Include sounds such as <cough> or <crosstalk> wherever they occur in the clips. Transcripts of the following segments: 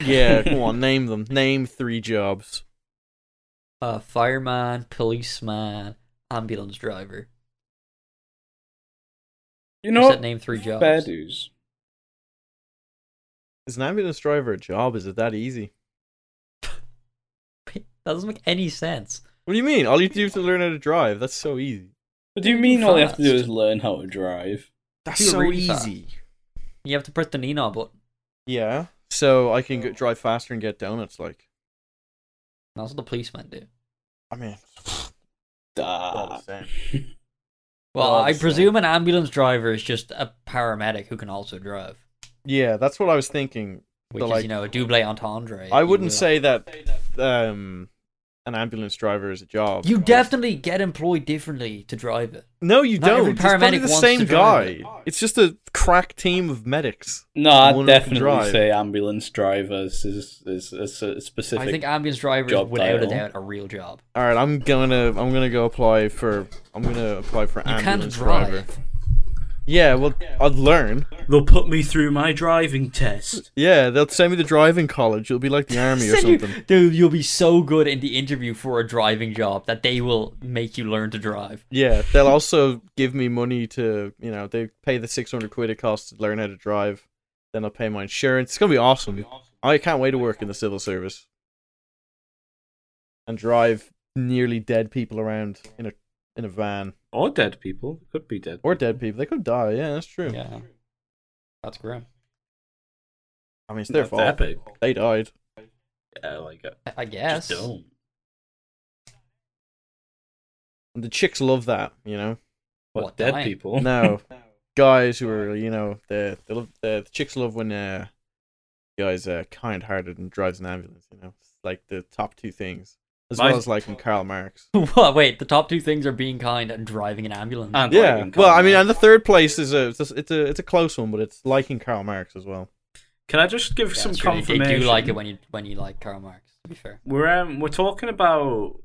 <laughs> Yeah, come on, name them. Name three jobs. Uh, fireman, policeman, ambulance driver. You You know, said name three jobs. fair dues. Is an ambulance driver a job? Is it that easy? <laughs> That doesn't make any sense. What do you mean? All you have to do is to learn how to drive. That's so easy. But do you mean all you have to do Fast. is learn how to drive? That's Do it really fast. You have to press the Nino button. Yeah. So I can go, drive faster and get donuts. Like, That's what the policemen do. I mean, all Ah. Duh. the same. Well, Well, I obviously. presume an ambulance driver is just a paramedic who can also drive, yeah, that's what I was thinking. which But, is like, you know a double entendre. if I you wouldn't will. say that um, an ambulance driver is a job. you definitely get employed differently to drive it. No, you Not every don't. It's probably paramedic the wants same to drive. guy. It's just a crack team of medics. No, I'd One that can definitely drive. say ambulance drivers is is, is a specific. I think ambulance drivers, job without title. a doubt, a real job. All right, I'm gonna I'm gonna go apply for I'm gonna apply for You can't ambulance drive. driver. Yeah, well, I'd learn. They'll put me through my driving test. Yeah, they'll send me to driving college. It'll be like the army or Send you- something. dude, you'll be so good in the interview for a driving job that they will make you learn to drive. Yeah, they'll also give me money to you know they pay the six hundred quid it costs to learn how to drive. Then I'll pay my insurance. It's gonna be awesome. I can't wait to work in the civil service and drive nearly dead people around in a in a van Or dead people. Could be dead. or dead people. They could die. Yeah, that's true. Yeah, that's grim. I mean, it's their That's fault. epic. They died. Yeah, like, uh, I- I guess. just <laughs> don't. And the chicks love that. You <laughs> know, What, What, dead dying? people? no guys who are you know they they love the, the chicks love when uh guys uh kind hearted and drives an ambulance you know it's like the top two things as My- well as liking karl marx what? Wait, the top two things are being kind and driving an ambulance. And yeah Lincoln well i Connor. mean and the third place is a it's a it's a, it's a close one but it's liking karl marx as well Can I just give Yeah, some that's true. They- confirmation? They do like it when you when you like Karl Marx. To be fair, We're um, we're talking about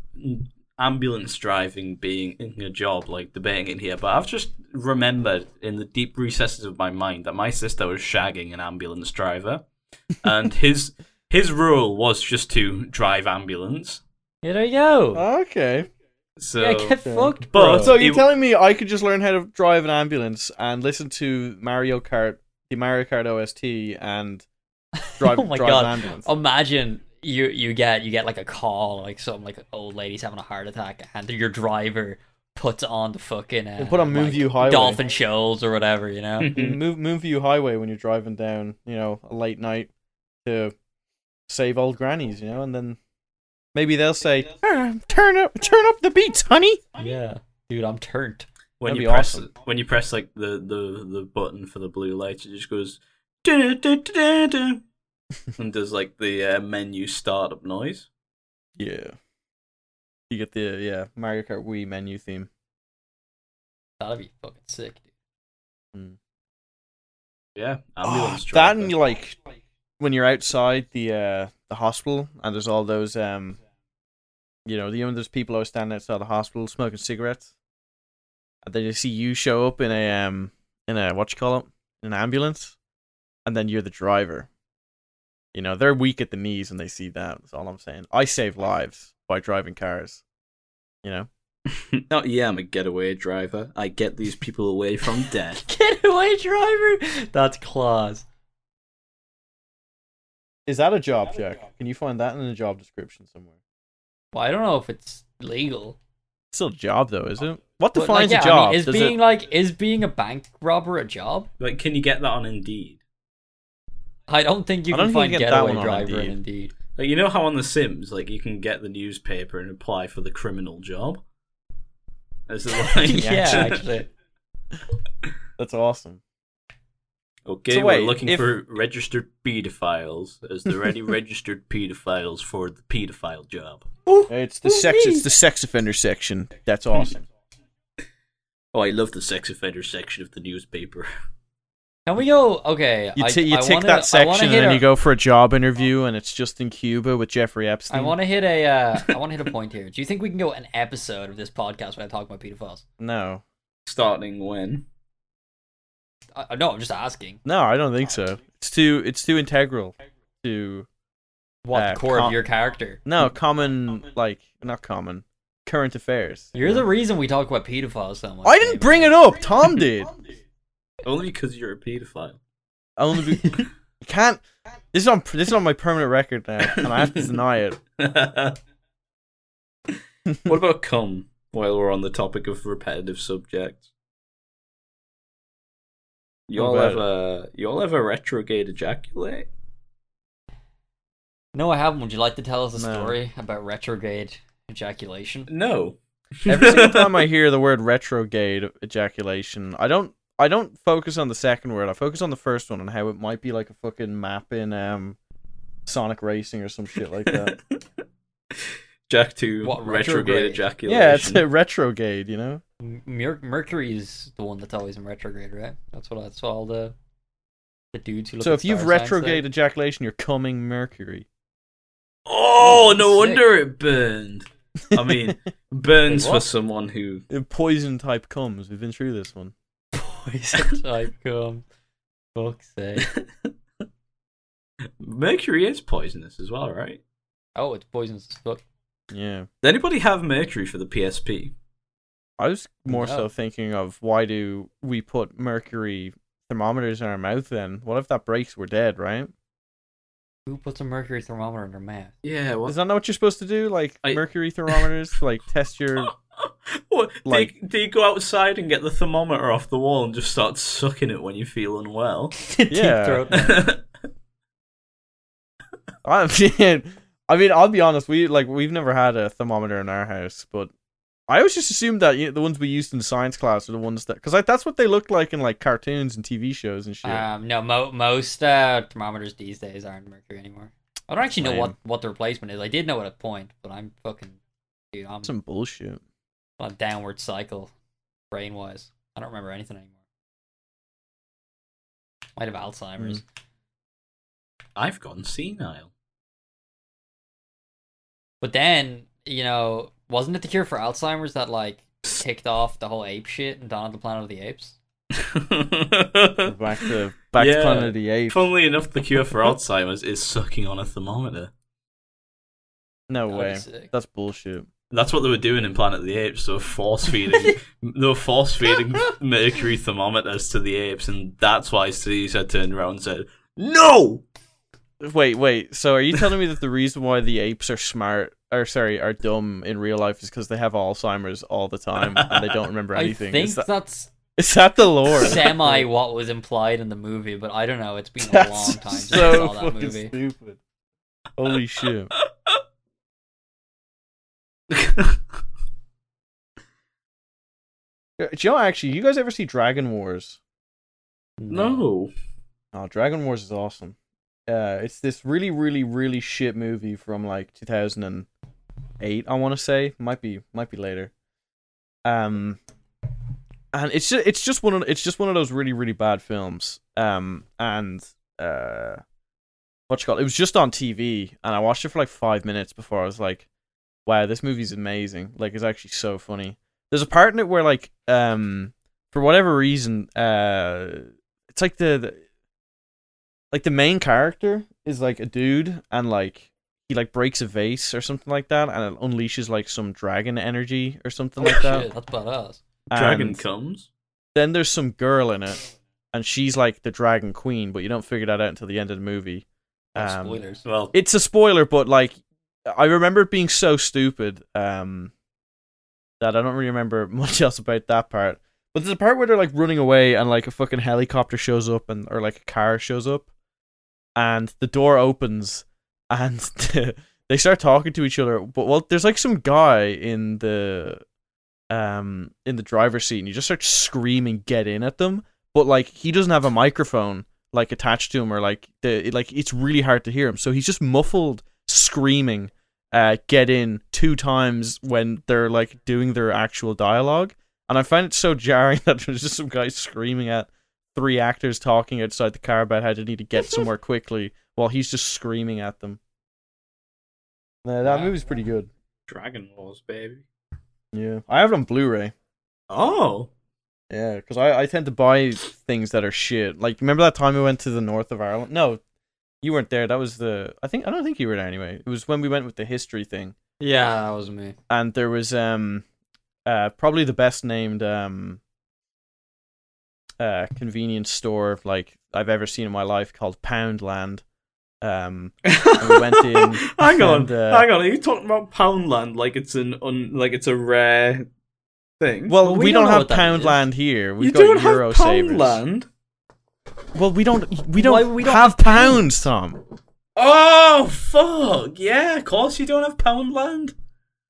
ambulance driving being a job, like debating it here. But I've just remembered in the deep recesses of my mind that my sister was shagging an ambulance driver, <laughs> and his his rule was just to drive ambulance. yeah, there you go. Oh, okay So yeah, <laughs> get Yeah. fucked, bro. But- so you're it- telling me i could just learn how to drive an ambulance and listen to mario kart the mario kart ost <laughs> and drive, oh my drive god! an ambulance Imagine you you get you get like a call, like some like old lady's having a heart attack, and your driver puts on the fucking uh, They put on Moonview like, Highway. dolphin shows or whatever, you know. In Moon, Moonview Highway when you're driving down, you know, a late night to save old grannies, you know, and then maybe they'll say, "Ah, "Turn up, turn up the beats, honey." Hmm. yeah, dude, I'm turned. when That'd you be press awesome. when you press like the the the button for the blue light, it just goes "Du-du-du-du-du-du," <laughs> and does like the uh, menu startup noise. Yeah. You get the uh, yeah Mario Kart Wii menu theme. That'd be fucking sick. Dude. <laughs> Yeah, Oh, ambulance that driver. and you like when you're outside the uh the hospital and there's all those um you know, you know those people always standing outside the hospital smoking cigarettes. And then they see you show up in a um in a what you call it? In an ambulance. And then you're the driver. You know, they're weak at the knees when they see that. That's all I'm saying. I save lives by driving cars. You know? <laughs> Oh yeah, I'm a getaway driver. I get these people away from death. Get away, driver. That's claws. Is that a job, Jack? Can you find that in the job description somewhere? Well, I don't know if it's legal. It's still a job though, is it? What But, like, defines yeah, a job? I mean, is Does being it- like is being a bank robber a job? <laughs> Like, can you get that on Indeed? I don't think you I can don't find think you get that getaway one on driver Indeed. in Indeed. Like, you know how on The Sims, like, you can get the newspaper and apply for the criminal job. As a <laughs> <laughs> line. <laughs> yeah, actually. That's awesome. Okay, So we're wait, looking if- for registered pedophiles. Is there <laughs> any registered pedophiles for the pedophile job? It's the sex. It's the sex offender section. That's Hmm. awesome. Oh, I love the sex offender section of the newspaper. <laughs> Can we go? Okay, You, I- t- you I tick wanna- I that section wanna and hit then a- you go for a job interview, and it's just in Cuba with Jeffrey Epstein. I want to hit a. Uh, I want <laughs> to hit a point here. Do you think we can go an episode of this podcast when I talk about pedophiles? no, Starting when? I, I- no, I'm just asking. no, I don't think so. It's too. It's too integral to What Uh, the core com- of your character? No, common like not common. Current affairs. You're the reason we talk about pedophiles so much. I didn't bring it up. <laughs> Tom did. Only because you're a paedophile. Only be- <laughs> you can't. This is on. This is on my permanent record now, and I have to deny it. <laughs> what about cum? While we're on the topic of repetitive subjects, you What all about ever you all ever retrograde ejaculate? No, I haven't. Would you like to tell us a No. story about retrograde ejaculation? <laughs> No. Every single time I hear the word retrograde ejaculation, I don't. I don't focus on the second word. I focus on the first one and how it might be like a fucking map in um, Sonic Racing or some shit like <laughs> that. <laughs> Jack to What, retrograde retrograde? ejaculation. yeah, it's a retrograde. You know. M- Mer- Mercury's the one that's always in retrograde, right? That's what that's what all the the dudes who look. So at if you've star signs say. retrograde ejaculation, you're coming Mercury. oh, no Sick. wonder it burned. <laughs> I mean, burns Wait, for what? someone who Poison type comes. We've been through this one. <laughs> poison type cum. Fuck's um, sake! <laughs> mercury is poisonous as well, right? Oh, it's poisonous as fuck. Yeah. Did anybody have mercury for the PSP? I was more No. so thinking of why do we put mercury thermometers in our mouth then? What if that breaks? We're dead, right? Who puts a mercury thermometer in their mouth? Yeah, Is what? that not what you're supposed to do? Like I- mercury thermometers, like test <laughs> your. what? <laughs> like- do, you, do you go outside and get the thermometer off the wall and just start sucking it when you feel unwell? Yeah. <laughs> Deep throat. I mean, <laughs> I mean, I'll be honest. We like we've never had a thermometer in our house, but I always just assumed that you know, the ones we used in science class are the ones that because like that's what they look like in like cartoons and TV shows and <laughs> shit. Um, no, mo- most uh, thermometers these days aren't mercury anymore. I don't actually know what, Lame. what the replacement is. I did know at a point, but I'm fucking dude. I'm Some <laughs> bullshit. on a downward cycle, brain wise. I don't remember anything anymore. Might have Alzheimer's. <laughs> I've gone senile. But then you know, wasn't it the cure for Alzheimer's that like kicked off the whole ape shit and Dawn of the Planet of the Apes? We're back <laughs> to back Yeah. to Planet of the Apes. Funnily enough, the cure for Alzheimer's is sucking on a thermometer. No That way. was sick. That's bullshit. That's what they were doing in Planet of the Apes. They were force <laughs> feeding, they were force feeding mercury thermometers to the apes, and that's why Caesar turned around and said, "No." <laughs> Wait, wait. So are you telling me that the reason why the apes are smart, or sorry, are dumb in real life is because they have Alzheimer's all the time and they don't remember <laughs> I anything? think is, that, <laughs> that's is that the lore? semi what was implied in the movie, but I don't know. It's been a That's long time since I so saw that fucking movie. stupid. Holy shit! Do you know actually? You guys ever see Dragon Wars? no. Oh, Dragon Wars is awesome. Uh, it's this really, really, really shit movie from like 2008. I want to say might be might be later. Um, and it's just it's just one of it's just one of those really really bad films. Um, and uh, what you call it? It was just on TV, and I watched it for like five minutes before I was like, "Wow, this movie's amazing! Like, it's actually so funny." There's a part in it where like um, for whatever reason, uh, it's like the, the like the main character is like a dude and like he like breaks a vase or something like that and it unleashes like some dragon energy or something like that Oh, Shit, that's badass. Dragon And comes. then there's some girl in it and she's like the dragon queen but you don't figure that out until the end of the movie No Um, spoilers. Well, it's a spoiler but like i remember it being so stupid um that i don't really remember <laughs> much else about that part but there's a part where they're like running away and like a fucking helicopter shows up and or like a car shows up and the door opens and <laughs> they start talking to each other but well there's like some guy in the um in the driver's seat and you just start screaming get in at them but like he doesn't have a microphone like attached to him or like the it- like it's really hard to hear him so he's just muffled screaming uh get in two times when they're like doing their actual dialogue and i find it so jarring <laughs> that there's just some guy screaming at three actors talking outside the car about how they need to get somewhere quickly while he's just screaming at them yeah, that Wow. movie's pretty good Dragon Wars, baby. yeah i have it on blu-ray Oh, Yeah, because I, I tend to buy things that are shit. Like, remember that time we went to the north of Ireland? No, You weren't there. That was the. I think I don't think you were there anyway. It was when we went with the history thing, Yeah, that was me. and there was um, uh, probably the best named um, uh, convenience store like I've ever seen in my life called Poundland. Um, we went in <laughs> hang on, and, uh, hang on. Are you talking about Poundland like it's an un, like it's a rare thing? well, Well, we, we don't, don't know have what that is. Poundland here. We've you got don't have Euro Savers. Poundland. Well, we don't. We Why don't, we don't have pounds, Tom. Oh fuck! Yeah, of course you don't have Poundland.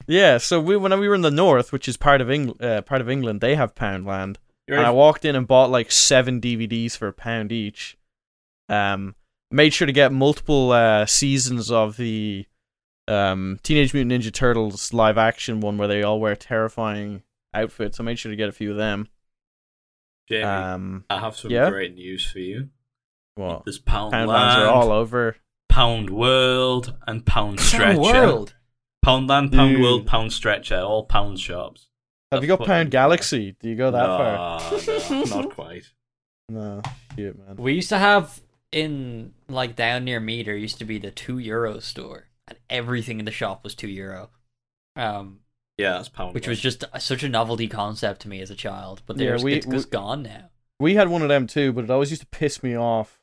Yeah. So we when we were in the north, which is part of England, uh, part of England, they have Poundland, You're and I right. walked in and bought like seven DVDs for a pound each. Um, made sure to get multiple uh, seasons of the um, Teenage Mutant Ninja Turtles live action one where they all wear terrifying outfits. I made sure to get a few of them. Jamie, Um, I have some yeah? great news for you. well, There's Poundland, Poundlands are all over. Pound World, and Pound Stretcher. Pound World. Poundland, Pound Dude. World, Pound Stretcher, all pound shops. Have you got fucking- Pound Galaxy? Do you go that far? no, no, not quite. No, shit, man. We used to have in like down near me there used to be the two euro store, and everything in the shop was two euro. Um, Yeah, that's Poundland. which was just such a novelty concept to me as a child. But Yeah, there's we- it's just we- gone now. We had one of them too, but it always used to piss me off.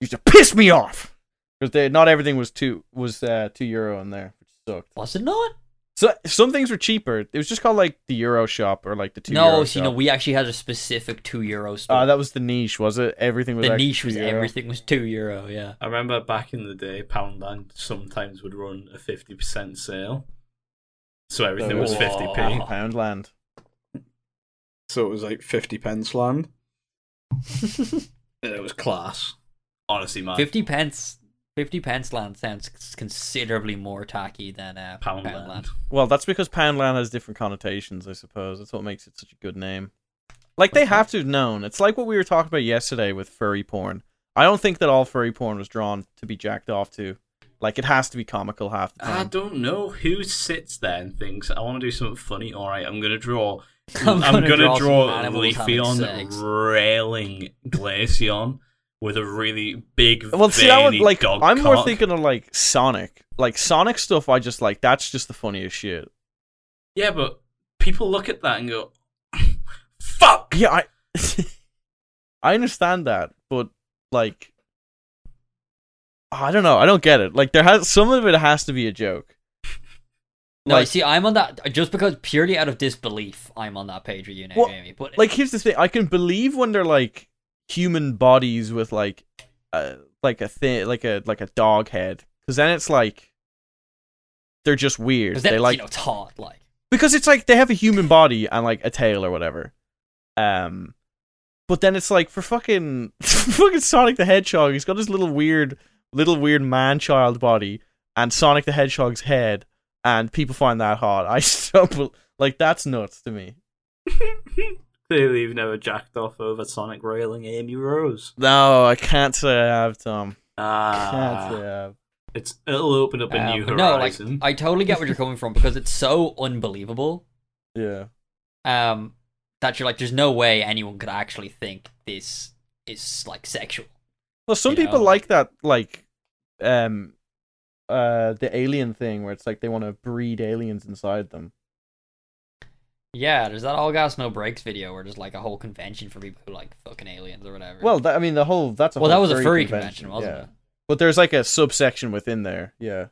Used to piss me off because not everything was two was uh, two euro in there, which sucked. Was it not? So some things were cheaper. It was just called like the euro shop or like the two. no, euro so shop. you know we actually had a specific two euro store. Ah, that was the niche, was it? Everything was the actually niche was €2 euro. everything was two euro. Yeah. I remember back in the day, Poundland sometimes would run a fifty percent sale, So so everything it was Oh. was fifty p. half a pound land. So it was like 50 pence land. It was class, honestly, man. Fifty pence. Fifty pence land sounds considerably more tacky than uh, Poundland. <laughs> Poundland. Well, that's because Poundland has different connotations, I suppose. That's what makes it such a good name. Like they have to have known. It's like what we were talking about yesterday with furry porn. I don't think that all furry porn was drawn to be jacked off to. Like it has to be comical half the Um, I time. don't know who sits there and thinks I want to do something funny. All right, I'm gonna draw. <laughs> I'm gonna draw some draw, animals having Leafeon sex. railing Glaceon with a really big. well, see, that one veiny like dog I'm more cock. thinking of like Sonic. Like Sonic stuff, I just like that's just the funniest shit. Yeah, but people look at that and go, <laughs> <laughs> "Fuck." <laughs> Yeah, I <laughs> I understand that, but like I don't know. I don't get it. Like there has some of it has to be a joke. No, Like- see, I'm on that just because purely out of disbelief, I'm on that page with you now, Well, Jamie. But like here's the thing i can believe when they're like human bodies with like a like a thing like a like a dog head because then it's like they're just weird because they then like you know, Todd, like because it's like they have a human body and like a tail or whatever um but then it's like for fucking <laughs> fucking sonic the hedgehog he's got his little weird little weird man child body and sonic the hedgehog's head and people find that hot <laughs> i stumble like that's nuts to me Clearly, you've never jacked off over Sonic railing Amy Rose. no i can't say i have tom Ah, yeah. it's it'll open up a uh, new but horizon. No, like I totally get where you're coming from because it's so unbelievable. Yeah. Um, that you're like, there's no way anyone could actually think this is like sexual. Well, some You people know? like that, like, um, uh, the alien thing where it's like they want to breed aliens inside them. Yeah, there's that all gas no breaks video where there's like a whole convention for people who like fucking aliens or whatever. Well, that, I mean, the whole that's a well, whole that was a furry convention, wasn't yeah. it? But there's like a subsection within there. Yeah.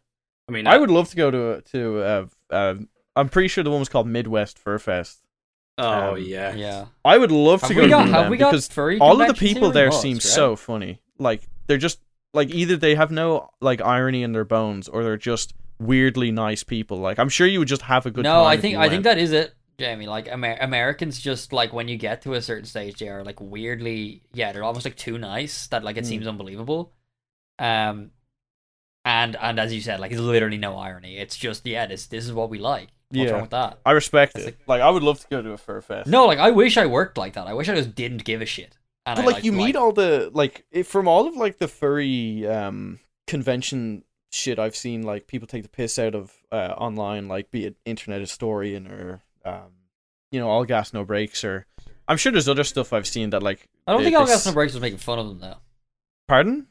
I mean, I would love to go to a- to uh, uh I'm pretty sure the one was called Midwest Fur Fest. Oh um, yeah, Yeah. I would love to Have go we to got? one of Have them we got because furry? all of the conventions people here? there Must, seem right? so funny. Like they're just like either they have no like irony in their bones or they're just weirdly nice people. Like I'm sure you would just have a good time. no, I if think you I went. think that is it, Jamie. Like Amer- Americans, just like when you get to a certain stage, they are like weirdly, yeah, they're almost like too nice that like it Mm. seems unbelievable. Um, and and as you said, like it's literally no irony. It's just yeah, this this is what we like. What's Yeah. wrong with that? I respect That's it. Like I would love to go to a fur fest. No, like I wish I worked like that. I wish I just didn't give a shit. And but I, like you meet all the like it, from all of like the furry um convention shit I've seen like people take the piss out of uh, online like be it Internet Historian or um you know all gas no breaks or I'm sure there's other stuff I've seen that like I don't they- think they Al s- Gaston Breaks was making fun of them though. pardon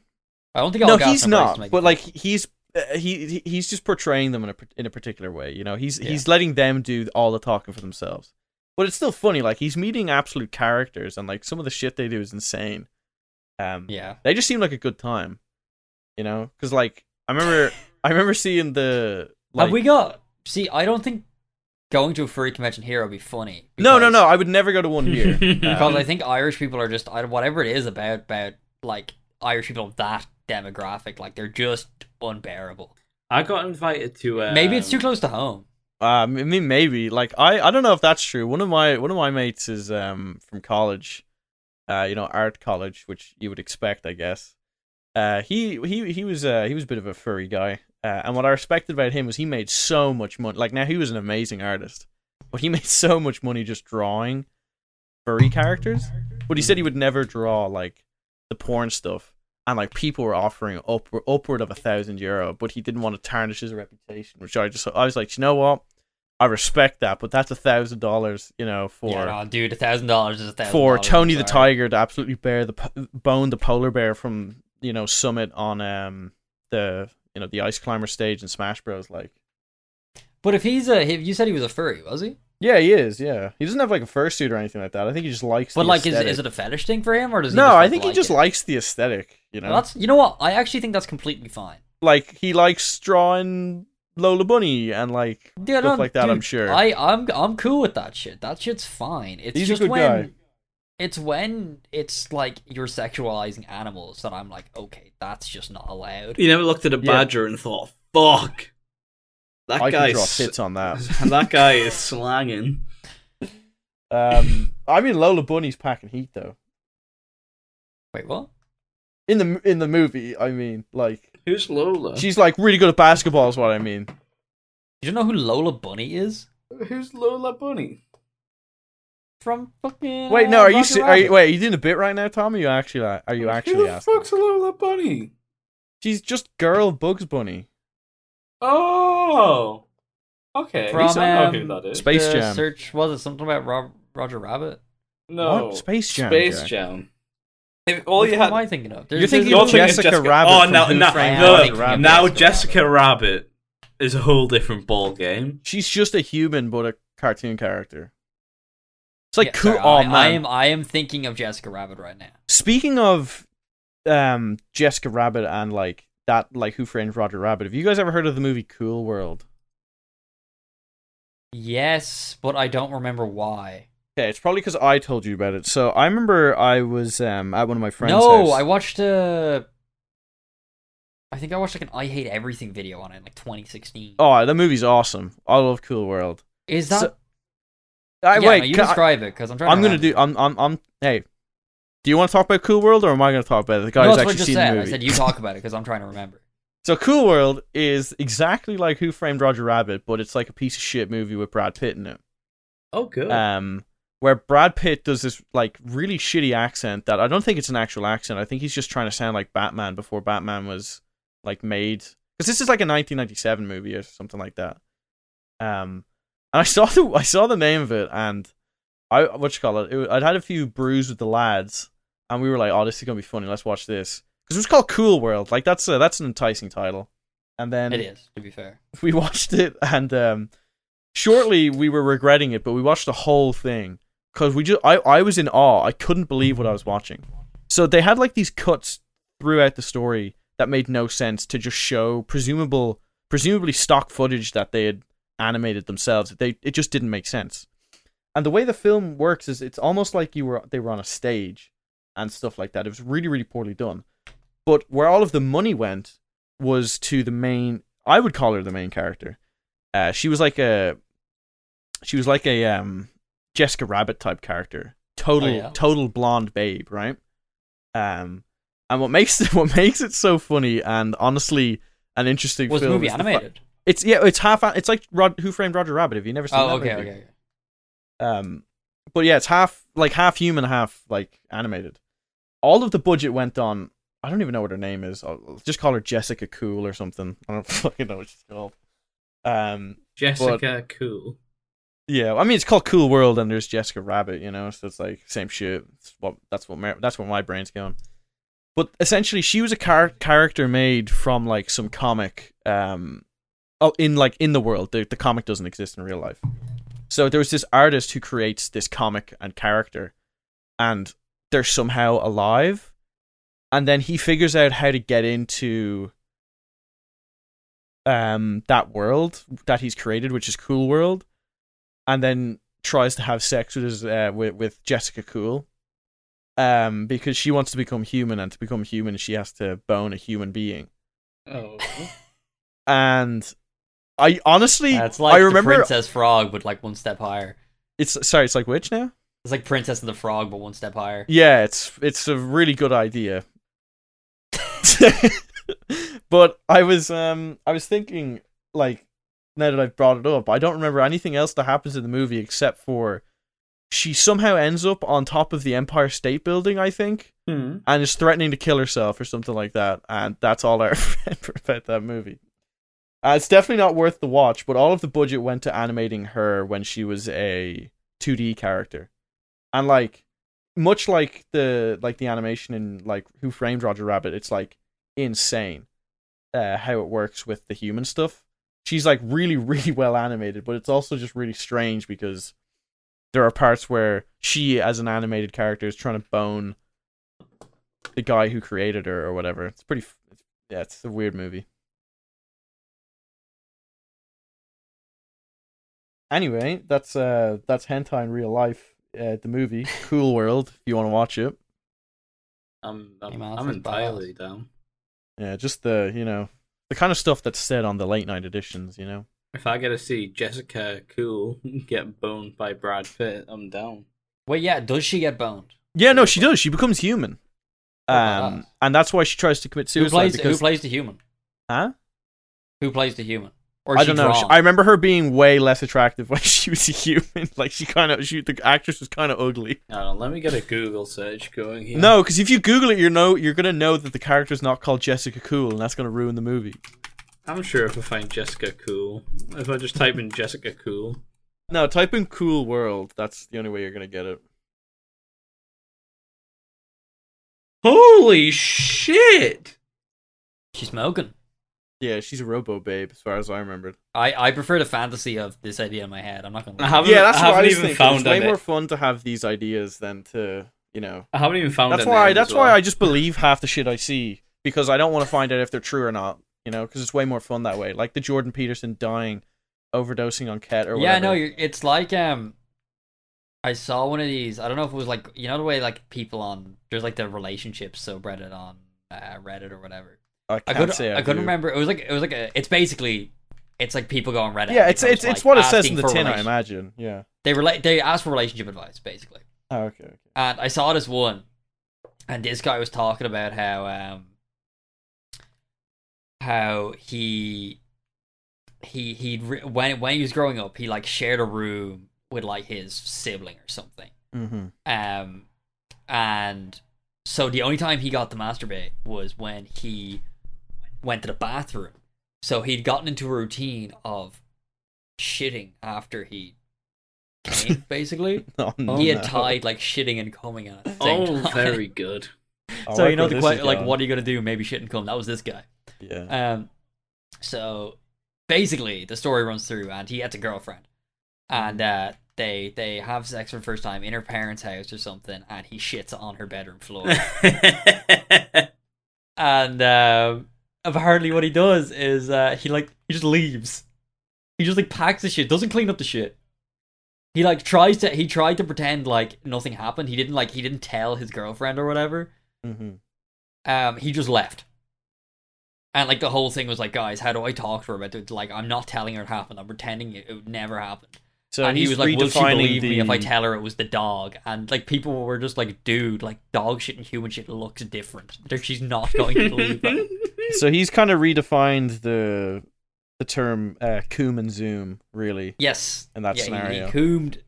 I don't think No, all gas he's and brakes not. make- But like he's uh, he he- he's just portraying them in a par- in a particular way. You know, he's Yeah. he's letting them do all the talking for themselves. But it's still funny. Like he's meeting absolute characters, and like some of the shit they do is insane. Um, yeah, they just seem like a good time. You know, because like I <laughs> remember I remember seeing the like have we got? See, I don't think going to a furry convention here would be funny. no no because- no I would never go to one <laughs> here. Because Um, I think Irish people are just I- whatever it is about about like Irish people of that demographic, like they're just unbearable. I got invited to. Um, Maybe it's too close to home. Um, I mean, maybe like I, I don't know if that's true. One of my one of my mates is um from college, uh, you know, art college, which you would expect, I guess. Uh, he he he was uh he was a bit of a furry guy, uh, and what I respected about him was he made so much money. Like now he was an amazing artist, but he <laughs> made so much money just drawing furry characters. But he said he would never draw like the porn stuff, and like people were offering up upward of a thousand euro, but he didn't want to tarnish his reputation. Which I just I was like, you know what, I respect that, but that's a thousand dollars, you know, for yeah, no, dude, a thousand dollars is a thousand. for dollars, Tony the sorry. Tiger to absolutely bear the po- bone the polar bear from you know summit on um the you know the ice climber stage in Smash Bros. Like But if he's a, he- you said he was a furry, was he? yeah, he is. Yeah, he doesn't have like a fursuit or anything like that. I think he just likes. But the like, is, aesthetic. is it a fetish thing for him, or does he no, Just, I like, think like he just it? likes the aesthetic. You know, Well, that's you know what I actually think that's completely fine. like he likes drawing Lola Bunny and like Yeah, stuff no, like that. I'm dude, sure. I I'm I'm cool with that shit. That shit's fine. It's He's a just good when guy. it's when it's like you're sexualizing animals that I'm like, okay, that's just not allowed. You never looked at a Yeah. badger and thought, "Fuck, that I guy." can draw <laughs> tits on that. that guy is slanging. <laughs> Um, I mean Lola Bunny's packing heat though. Wait, what? In the in the movie, I mean, like Who's Lola? she's like really good at basketball. Is what I mean. Do you know who Lola Bunny is? Who's Lola Bunny? From fucking Wait, uh, no, are you, Roger se- are you Rabbit. wait? Are you doing a bit right now, Tom? Are you actually like, are you Who actually the asking? fuck's Lola Bunny? She's just girl Bugs Bunny. Oh, okay. From, I know who um, that is. Spa- Space The Jam. Search was it something about Rob, Roger Rabbit? no, What? Space Jam, Space Jack. Jam. If all Which you one had, am I thinking of? You're thinking You're of thinking Jessica, Jessica- Rabbit. Oh from no, Who no, Framed no, Roger no, Rabbit. now Rabbit. Jessica Rabbit is a whole different ball game. She's just a human, but a cartoon character. It's like Yeah, cool. sorry, oh I, man. I am I am thinking of Jessica Rabbit right now. Speaking of um Jessica Rabbit and like that, like Who Framed Roger Rabbit. Have you guys ever heard of the movie Cool World? Yes, but I don't remember why. Okay, it's probably because I told you about it. So I remember I was um at one of my friends. no, house. I watched a. I think I watched like an I Hate Everything video on it in like 2016. Oh, that movie's awesome. I love Cool World. is that? so- I, yeah, wait, no, you can I- describe it because I'm trying. I'm to gonna do. I'm. I'm. I'm. Hey, do you want to talk about Cool World or am I gonna talk about it? The guy No, who's that's what I actually just seen the said. I movie. said you talk about it because I'm trying to remember. so Cool World is exactly like Who Framed Roger Rabbit, but it's like a piece of shit movie with Brad Pitt in it. oh, good. Uh, Um, where Brad Pitt does this like really shitty accent that I don't think it's an actual accent. I think he's just trying to sound like Batman before Batman was like made. Because this is like a 1997 movie or something like that. Um, and I <laughs> saw the I saw the name of it and I what you call it? it wa- I'd had a few brews with the lads and we were like, oh, this is gonna be funny. Let's watch this because it was called Cool World. Like that's a, that's an enticing title. <laughs> And then it is to be fair. <laughs> we watched it and um shortly we were regretting it but we watched the whole thing because we just I, I was in awe i couldn't believe what i was watching so they had like these cuts throughout the story that made no sense to just show presumable presumably stock footage that they had animated themselves they it just didn't make sense and the way the film works is it's almost like you were they were on a stage and stuff like that it was really really poorly done but where all of the money went was to the main I would call her the main character. Uh, she was like a she was like a um Jessica Rabbit type character. Total Oh, yeah. total blonde babe, right? Um and what makes it, <laughs> what makes it so funny and honestly an interesting Was the film movie is fa- animated? it's yeah, it's half it's like Rod, Who Framed Roger Rabbit. Have you never seen oh, that okay, movie? okay, okay. Um, but yeah, it's half like half human, half like animated. All of the budget went on. I don't even know what her name is. I'll I'll just call her Jessica Cool or something. I don't <laughs> fucking know what she's called. Um, Jessica, cool. yeah, I mean it's called Cool World, and there's Jessica Rabbit, you know, so it's like same shit. It's what that's what my, that's where my brain's going. But essentially, she was a char- character made from like some comic. Um, oh, in like in the world, the the comic doesn't exist in real life. So there was this artist who creates this comic and character, and they're somehow alive, and then he figures out how to get into um that world that he's created, which is Cool World, and then tries to have sex with his uh, with with Jessica Cool, um because she wants to become human, and to become human she has to bone a human being, Oh, and I honestly That's like I the remember Princess Frog, but like one step higher. it's sorry it's like which now It's like Princess and the Frog, but one step higher. Yeah, it's it's a really good idea. <laughs> but I was um I was thinking like now that I've brought it up, I don't remember anything else that happens in the movie except for she somehow ends up on top of the Empire State Building, I think, Hmm. and is threatening to kill herself or something like that. And that's all I <laughs> remember about that movie. Uh, it's definitely not worth the watch, but all of the budget went to animating her when she was a 2D character, and like much like the like the animation in like Who Framed Roger Rabbit, it's like insane uh, how it works with the human stuff. She's like really <laughs> really well animated, but it's also just really strange because there are parts where she as an animated character is trying to bone the guy who created her or whatever. It's pretty. f- It's, yeah, it's a weird movie. Anyway, that's uh that's hentai in real life. Uh, the <laughs> movie Cool World. If you want to watch it, <laughs> I'm I'm, Came out I'm for entirely down. yeah, just the you know the kind of stuff that's said on the late night editions. You know, If I get to see Jessica Cool <laughs> get boned by Brad Pitt, I'm down. Wait, yeah, does she get boned? yeah, no, she does. She becomes human, Oh, wow. um, and that's why she tries to commit Who suicide. plays, because who plays the human? huh? Who plays the human? Or is I she don't know. She, drawn? I remember her being way less attractive <laughs> when she was a human. Like she kind of, she the actress was kind of ugly. Hang on, let me get a Google search going here. No, because if you Google it, you're know you're gonna know that the character's not called Jessica Cool, and that's gonna ruin the movie. I'm sure if I find Jessica Cool, if I just type in Jessica Cool, No, type in "Cool World." That's the only way you're gonna get it. holy shit! She's smoking. Yeah, she's a Robo Babe, as far as I remembered. I, I prefer the fantasy of this idea in my head. I'm not gonna. I Lie. haven't, yeah, that's what I I haven't was even thinking. found it's way an more it. fun to have these ideas than to you know. I haven't even found That's an why. it That's as why well. I just believe half the shit I see because I don't want to find out if they're true or not. You know, because it's way more fun that way. Like the Jordan Peterson dying, overdosing on ket or Yeah, whatever. no, you're, it's like um, I saw one of these. I don't know if it was like you know the way like people on there's like the relationships subreddit on uh, Reddit or whatever. I I can't couldn't. say I, I, couldn't do. remember. It was like it was like a. It's basically, it's like people go on Reddit. Yeah, and it's it's becomes, it's like, what it says in asking the for tin, I relation- imagine. Yeah. They relate. They ask for relationship advice basically. Oh, okay. okay. and I saw this one, and this guy was talking about how um how he he he when when he was growing up, he like shared a room with like his sibling or something. Mm-hmm. Um, and so the only time he got to masturbate was when he went to the bathroom. So he'd gotten into a routine of shitting after he <laughs> came, basically Oh, no. he had tied like shitting and coming at the same Oh, time. very good. I <laughs> so like you know where the this question, is like, going. what are you gonna do? Maybe shit and cum. That was this guy. Yeah. Um, so basically, the story runs through, and he had a girlfriend, and uh, they they have sex for the first time in her parents' house or something, and he shits on her bedroom floor. and um, apparently, what he does is uh, he like he just leaves. He just like packs the shit, doesn't clean up the shit. He like tries to he tried to pretend like nothing happened. He didn't like he didn't tell his girlfriend or whatever Mm-hmm. um, he just left. And like the whole thing was like, guys, how do I talk to her about it? Like, I'm not telling her it happened. I'm pretending it, it never happened. So and he he's was like, will she redefining believe me if I the- tell her it was the dog? And like people were just like, dude, like dog shit and human shit looks different. There- She's not going to <laughs> believe that. So he's kind of redefined the the term uh, coom and zoom really Yes. in that yeah, he- scenario. He, coomed.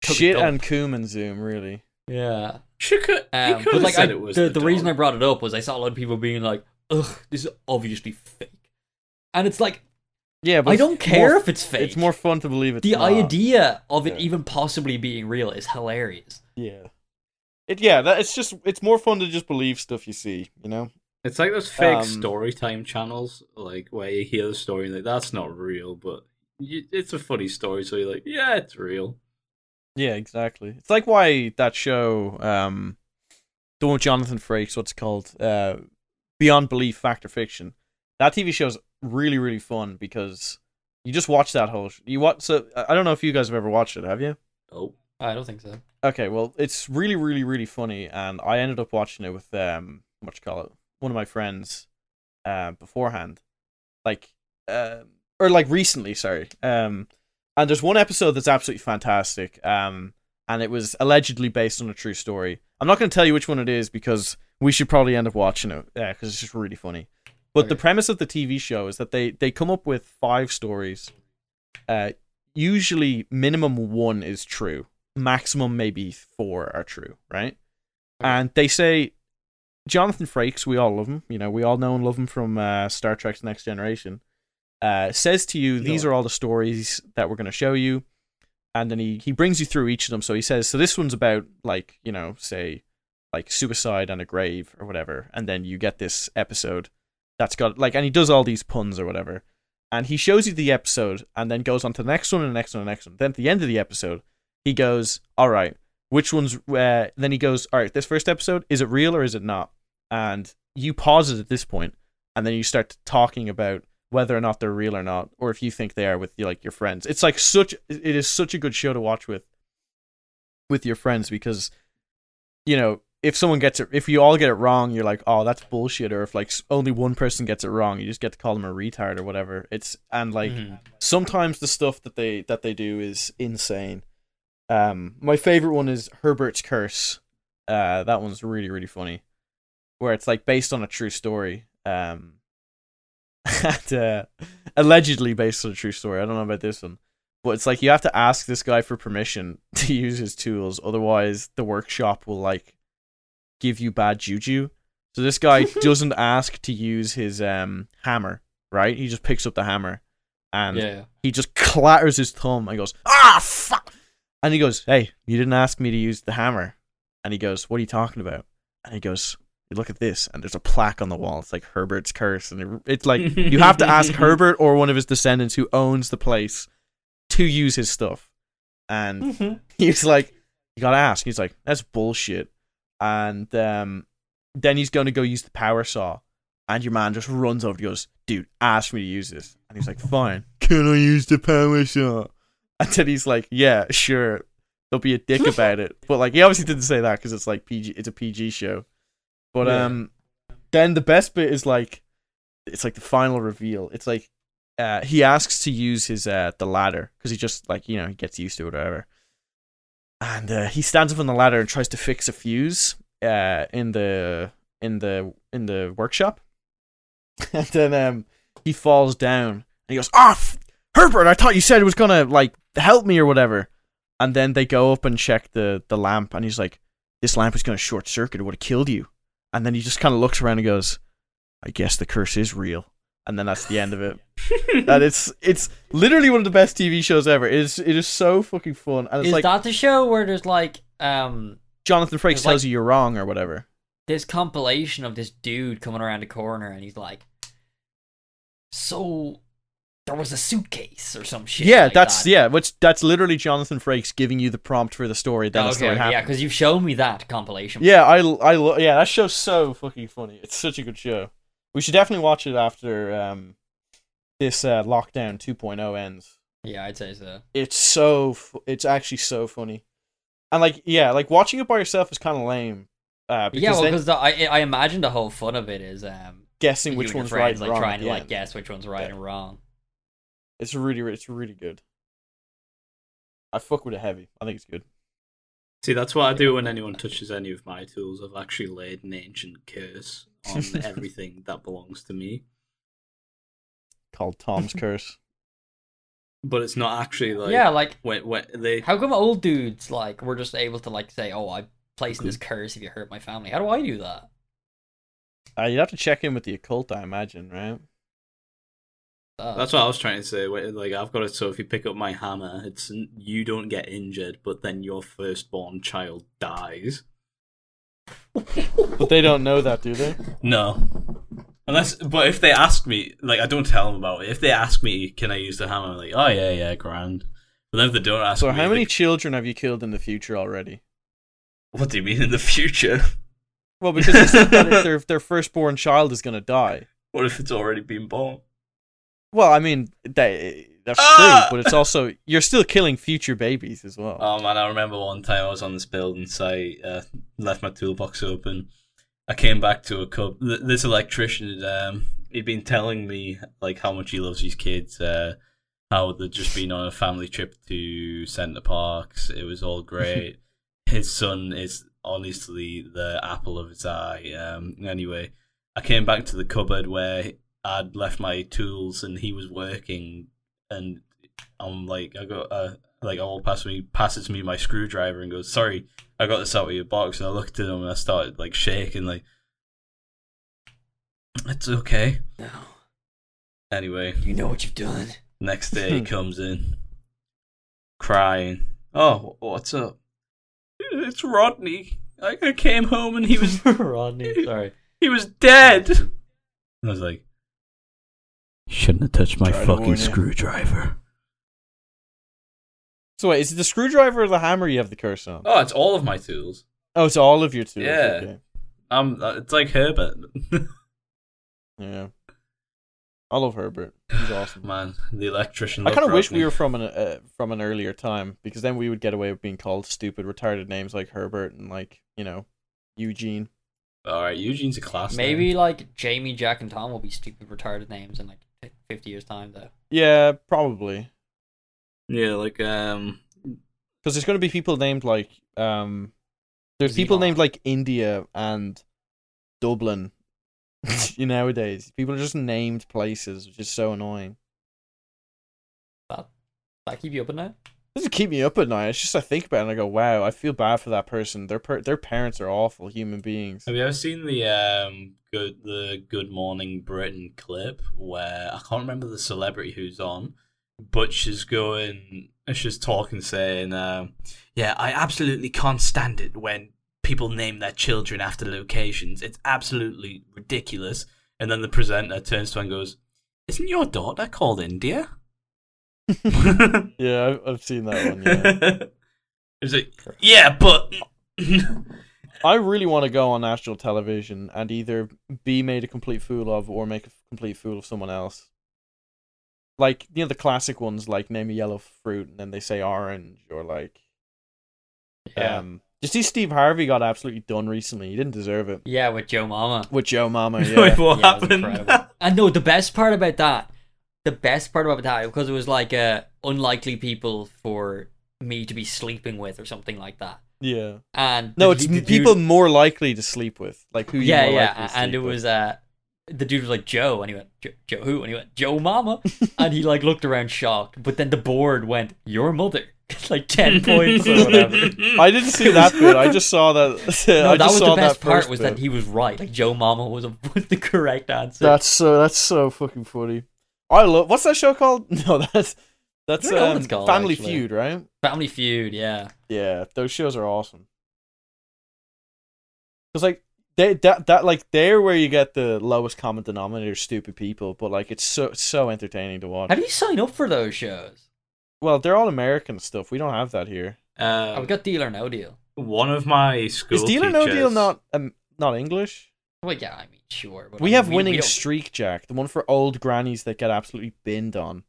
took a Shit dump. and coom and zoom really. Yeah. Shika, Um, he could but have like, I, said the, it was the, the reason I dog. brought it up was I saw a lot of people being like, ugh, this is obviously fake. And it's like, Yeah, but I it's don't care more- if it's fake. It's more fun to believe it's the not. idea of it Yeah. even possibly being real is hilarious. Yeah. It yeah, that it's just it's more fun to just believe stuff you see, you know. It's like those fake Um, story time channels, like where you hear the story and like that's not real, but you, it's a funny story, so you're like, yeah, it's real. Yeah, exactly. It's like why that show, um, the one with Jonathan Frakes, what's it called, uh, Beyond Belief, Fact or Fiction. That TV show's really, really fun because you just watch that whole. Sh- you watch. So I I don't know if you guys have ever watched it. Have you? Oh, I don't think so. Okay, well, it's really, really, really funny, and I ended up watching it with um, what you call it, one of my friends, uh, beforehand, like, uh, or like recently, sorry. Um, and there's one episode that's absolutely fantastic. Um, and it was allegedly based on a true story. I'm not going to tell you which one it is because we should probably end up watching it, yeah, because it's just really funny. But the Okay. premise of the TV show is that they they come up with five stories. Uh, usually, minimum one is true maximum maybe four are true, right? Okay. And they say Jonathan Frakes, we all love him, you know, we all know and love him from uh, Star Trek's Next Generation, uh, says to you, these are all the stories that we're going to show you. And then he, he brings you through each of them. So he says, so this one's about, like, you know, say, like suicide and a grave or whatever. And then you get this episode that's got, like, and he does all these puns or whatever. And he shows you the episode and then goes on to the next one and the next one and the next one. Then at the end of the episode, he goes, "All right, which one's?" Uh, then he goes, "All right, this first episode is it real or is it not?" And you pause it at this point, and then you start talking about whether or not they're real or not, or if you think they are with you, like your friends. It's like such it is such a good show to watch with with your friends because you know if someone gets it, if you all get it wrong, you're like, "Oh, that's bullshit," or if like s- only one person gets it wrong, you just get to call them a retard or whatever. It's and like Mhm. sometimes the stuff that they that they do is insane. Um, my favorite one is Herbert's Curse. Uh, that one's really really funny, where it's like based on a true story. Um, <laughs> and uh, allegedly based on a true story. I don't know about this one, but it's like you have to ask this guy for permission <laughs> to use his tools, otherwise the workshop will like give you bad juju. So this guy doesn't ask to use his um hammer, right? He just picks up the hammer, and yeah. he just <laughs> clatters his thumb and goes, ah, fuck. And he goes, hey, you didn't ask me to use the hammer. And he goes, what are you talking about? And he goes, look at this. And there's a plaque on the wall. It's like Herbert's curse. And it- it's like, you have to ask Herbert or one of his descendants who owns the place to use his stuff. And Hmm. <laughs> he's like, you gotta ask. He's like, that's bullshit. And um, then he's gonna go use the power saw, and your man just runs over. and goes, dude, ask me to use this, and he's like, fine. <laughs> Can I use the power saw? And then he's like, yeah, sure. Don't be a <laughs> dick about it. But like, he obviously didn't say that because it's like PG. It's a PG show. But Yeah. um, then the best bit is like, it's like the final reveal. It's like. Uh, he asks to use his uh, the ladder because he just like you know he gets used to it or whatever and uh, he stands up on the ladder and tries to fix a fuse uh, in the in the in the workshop, <laughs> and then um, he falls down and he goes, "Off, Herbert! I thought you said it was gonna like help me or whatever." And then they go up and check the the lamp, and he's like, "This lamp is gonna short circuit. It would have killed you." And then he just kind of looks around and goes, "I guess the curse is real." And then that's the end of it <laughs> that it's it's literally one of the best TV shows ever. It is it is so fucking fun, and it's Is like that the show where there's like um Jonathan Frakes It's tells like- you you're wrong or whatever. this compilation of this dude coming around the corner and he's like, so there was a suitcase or some shit. yeah, like that's that. yeah, which that's literally Jonathan Frakes giving you the prompt for the story. Then the Oh, Okay, story yeah, happens. because you've shown me that compilation. Yeah, I l- I lo- yeah, that show's so fucking funny. It's such a good show. We should definitely watch it after um this uh, lockdown 2.0 ends. yeah, I'd say so. It's so f- it's actually so funny, and like yeah, like watching it by yourself is kind of lame. Uh, because yeah, well, then because I I imagine the whole fun of it is um guessing you which and your one's right, friends, and like wrong at trying to the like end. guess which one's right Yeah. and wrong. It's really, it's really good. I fuck with it heavy. I think it's good. see, that's what I do when anyone touches any of my tools. I've actually laid an ancient curse <laughs> on everything that belongs to me, Called <laughs> Tom's Curse. but it's not actually like yeah, like when when they how come old dudes like were just able to like say, oh, I placed this curse if you hurt my family. How do I do that? Uh, you'd have to check in with the occult, I imagine, right? Uh, That's what I was trying to say. wait, Like I've got it. So if you pick up my hammer, it's you don't get injured, but then your firstborn child dies. But they don't know that, do they? No. Unless, but if they ask me, like, I don't tell them about it. If they ask me, can I use the hammer? I'm like, oh, yeah, yeah, grand. But then if they don't ask So me. how many like, children have you killed in the future already? what do you mean in the <laughs> future? Well, because they said that if their their firstborn child is gonna die. What if it's already been born? Well, I mean they, that's Ah! true, but it's also you're still killing future babies as well. Oh man, I remember one time I was on this building site, uh, left my toolbox open. I came back to a cub. th- This electrician, had, um, he'd been telling me like how much he loves his kids, uh, how they'd just been on a family trip to Centre Parks. It was all great. his son is honestly the apple of his eye. Um, anyway, I came back to the cupboard where I'd left my tools and he was working, and I'm like, I got uh, like I walk past me, passes me my screwdriver and goes, "Sorry, I got this out of your box." And I looked at him and I started like shaking, like, "It's okay." No, Anyway, you know what you've done. next day <laughs> he comes in, crying. Oh, what's up? It's Rodney. I I came home and he was <laughs> Rodney, sorry. He was dead. I was like, shouldn't have touched my Tried to warn fucking you. screwdriver. So wait, is it the screwdriver or the hammer you have the curse on? Oh, it's all of my tools. Oh, it's all of your tools. Yeah. Okay. Um, uh, it's like Herbert. <laughs> Yeah. I love Herbert. He's awesome. Man, the electrician. I kind of loved wish we Rodney. were from an uh, from an earlier time because then we would get away with being called stupid, retarded names like Herbert and like you know Eugene. All right, Eugene's a class. <laughs> Maybe like Jamie, Jack, and Tom will be stupid retarded names in like fi- fifty years time though. Yeah, probably Yeah, like um. because there's going to be people named like um, there's people Xenon. named like India and Dublin. <laughs> you nowadays people are just named places, which is so annoying. That that keep you up at night? It doesn't keep me up at night. It's just I think about it and I go, wow, I feel bad for that person. Their per- their parents are awful human beings. Have you ever seen the um good the Good Morning Britain clip where I can't remember the celebrity who's on, but she's going she's talking saying um yeah I absolutely can't stand it when people name their children after locations it's absolutely ridiculous and then the presenter turns to her and goes isn't your daughter <laughs> called India? <laughs> Yeah, I've, I've seen that <laughs> one. Yeah. It's like yeah but <laughs> I really want to go on national television and either be made a complete fool of or make a complete fool of someone else. Like, you know, the classic ones, like name a yellow fruit and then they say orange, or like. Um, you see, Steve Harvey got absolutely done recently. He didn't deserve it. Yeah, with Joe Mama. With Joe <laughs> Mama, Wait, yeah. what Yeah, it was happened? <laughs> incredible. And no, the best part about that, the best part about that, because it was like uh, unlikely people for me to be sleeping with or something like that. yeah. And No, the it's du- the m- dude- people more likely to sleep with. Like, who you yeah, more yeah, likely to a- and sleep it with. was uh, the dude was like Joe, and he went "Jo- Joe who, and he went <laughs> Joe Mama, and he like looked around shocked, but then the board went your mother, <laughs> <laughs> like ten points or whatever. I didn't see that bit. I just saw that. mm. <laughs> No, I that just was saw the best that part first was bit. that he was right. Like Joe Mama was, a, <laughs> was the correct answer. That's so that's so fucking funny. I love what's that show called? <laughs> No, that's that's don't know what um, it's called, Family actually. Feud, right? Family Feud, yeah. Yeah, those shows are awesome. Cause like they that that like they're where you get the lowest common denominator, stupid people. But like it's so so entertaining to How watch. do you sign up for those shows? Well, they're all American stuff. We don't have that here. Um, Oh, we got Deal or No Deal. One of my school Is Deal or No Deal teachers- not um, not English? Well, yeah, I mean, sure. But We I mean, have winning don't- streak, Jack. The one for old grannies that get absolutely binned on.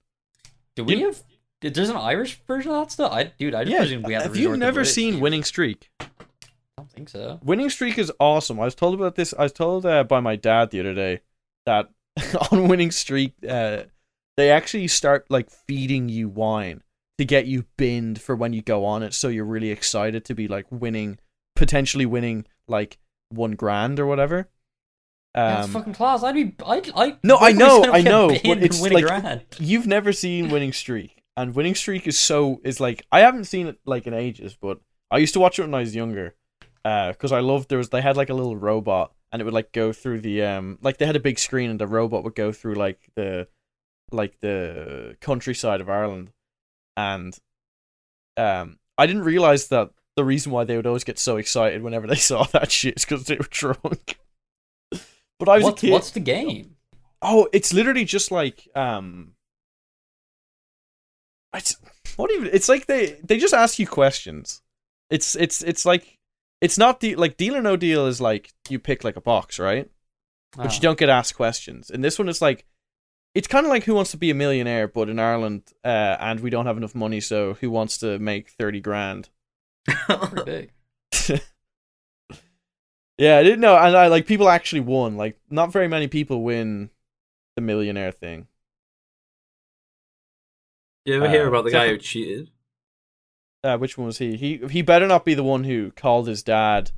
Do we have? There's an Irish version of that stuff. I, dude, I just Yeah, presumed we had. have the you resort to never British seen people. Winning Streak? I don't think so. Winning streak is awesome. I was told about this. I was told uh, by my dad the other day that <laughs> on winning streak, uh, they actually start like feeding you wine to get you binned for when you go on it. So you're really excited to be like winning, potentially winning like one grand or whatever. Yeah, that's Um, fucking class. I'd be. I. I No, I I'd know, sign up I for know, Ben but and it's win a like- grand. you've never seen winning streak, and winning streak is so is like I haven't seen it like in ages, but I used to watch it when I was younger, because I loved there was they had like a little robot and it would like go through the um like they had a big screen and the robot would go through like the like the countryside of Ireland, and um I didn't realize that the reason why they would always get so excited whenever they <laughs> saw that shit is because they were drunk. <laughs> but I was What's, a kid. what's the game? Oh, it's literally just like um. It's what even? It's like they they just ask you questions. It's it's it's like it's not the like deal or no deal is like you pick like a box right, but Ah. you don't get asked questions. And this one is like, it's kind of like Who Wants to Be a Millionaire, but in Ireland, uh, and we don't have enough money, so who wants to make thirty grand? Pretty big. Yeah, I didn't know, and I like people actually won. Like, not very many people win the millionaire thing. You ever hear Uh, about the guy who cheated? Uh, which one was he? He he better not be the one who called his dad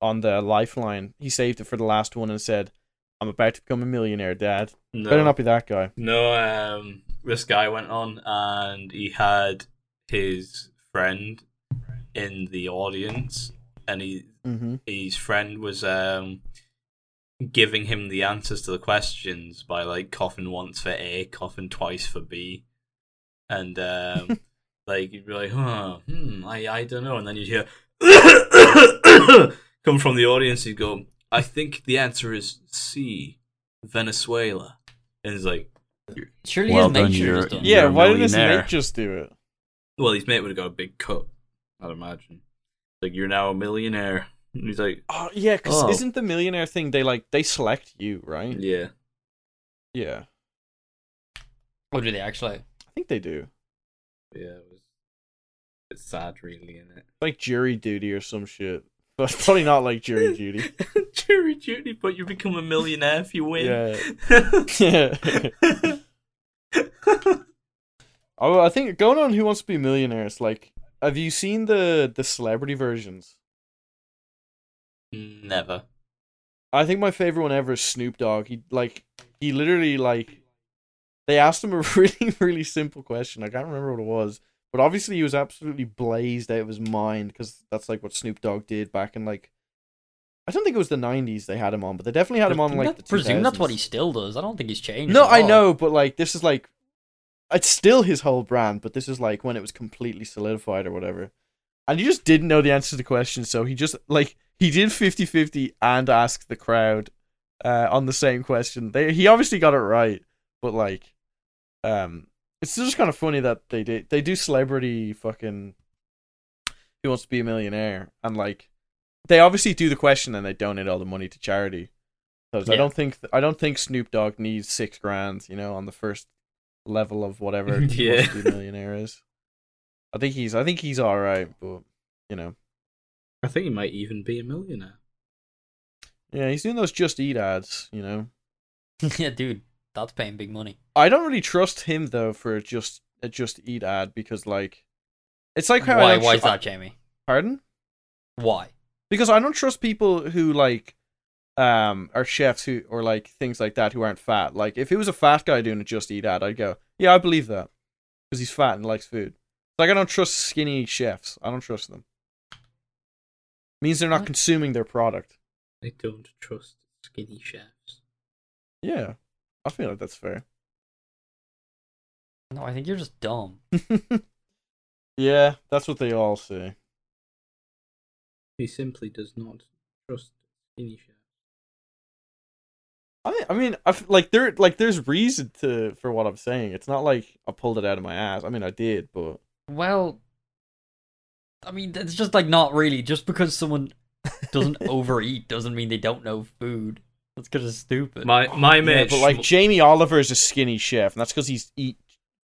on the lifeline. He saved it for the last one and said, "I'm about to become a millionaire, Dad." No. Better not be that guy. No, um, this guy went on and he had his friend in the audience, and he Mm-hmm. his friend was um giving him the answers to the questions by like coughing once for A, coughing twice for B, and um like you'd be like, huh, hmm, I I don't know, and then you'd hear <coughs> come from the audience, you'd go, I think the answer is C, Venezuela, and he's like. Surely Well his mate done, should have you're- just done. Yeah, You're a why didn't his millionaire. mate just do it? Well, his mate would have got a big cut, I'd imagine. Like, you're now a millionaire. <laughs> And he's like, Oh yeah, because Oh. isn't the millionaire thing they like they select you, right? yeah. Yeah, Oh, do they actually? I think they do. Yeah, it was it's sad, really, isn't Like jury duty or some shit, <laughs> but probably not like <laughs> jury duty. it? Jury duty, but you become a millionaire if you win. Yeah. Yeah. <laughs> Oh, I think going on Who Wants to Be a Millionaire. It's like, have you seen the the celebrity versions? <laughs> Never. I think my favorite one ever is Snoop Dogg. He like he literally like they asked him a <laughs> really really simple question. I can't remember what it was, but obviously he was absolutely blazed out of his mind because that's like what Snoop Dogg did back in like I don't think it was the '90s they had him on, but they definitely had him on like I the presume that's what 2000s. he still does. I don't think he's changed. No, at I all. know, but like this is like it's still his whole brand, but this is like when it was completely solidified or whatever. And he just didn't know the answer to the question, so he just like he did 50-50 and asked the crowd uh, on the same question. They he obviously got it right, but like um it's just kind of funny that they did they do celebrity fucking who wants to be a millionaire and like they obviously do the question and they donate all the money to charity. Because I Yeah. don't think I don't think Snoop Dogg needs six grand, you know, on the first level of <laughs> whatever Who Wants to Be a millionaire is. I think he's I think he's all right, but you know, I think he might even be a millionaire. yeah, he's doing those Just Eat ads, you know. <laughs> yeah, dude, that's paying big money. I don't really trust him though for a just a Just Eat ad because like, it's like how I why? don't Why tr- is that, Jamie? Pardon? Why? because I don't trust people who like um are chefs who or like things like that who aren't fat. Like if it was a fat guy doing a just eat ad, I'd go, yeah, I believe that because he's fat and likes food. Like I don't trust skinny chefs. I don't trust them. means they're not What? consuming their product. I don't trust skinny chefs. Yeah, I feel like that's fair. <laughs> No, I think you're just dumb. yeah, that's what they all say. He simply does not trust skinny chefs. I mean, I mean, I f- like there, like there's reason to for what I'm saying. It's not like I pulled it out of my ass. I mean, I did, but Well, I mean, it's just like not really. Just because someone <laughs> doesn't overeat doesn't mean they don't know food. That's kind of stupid. My my Yeah, mate, but like Schm- Jamie Oliver is a skinny chef, and that's because he's eat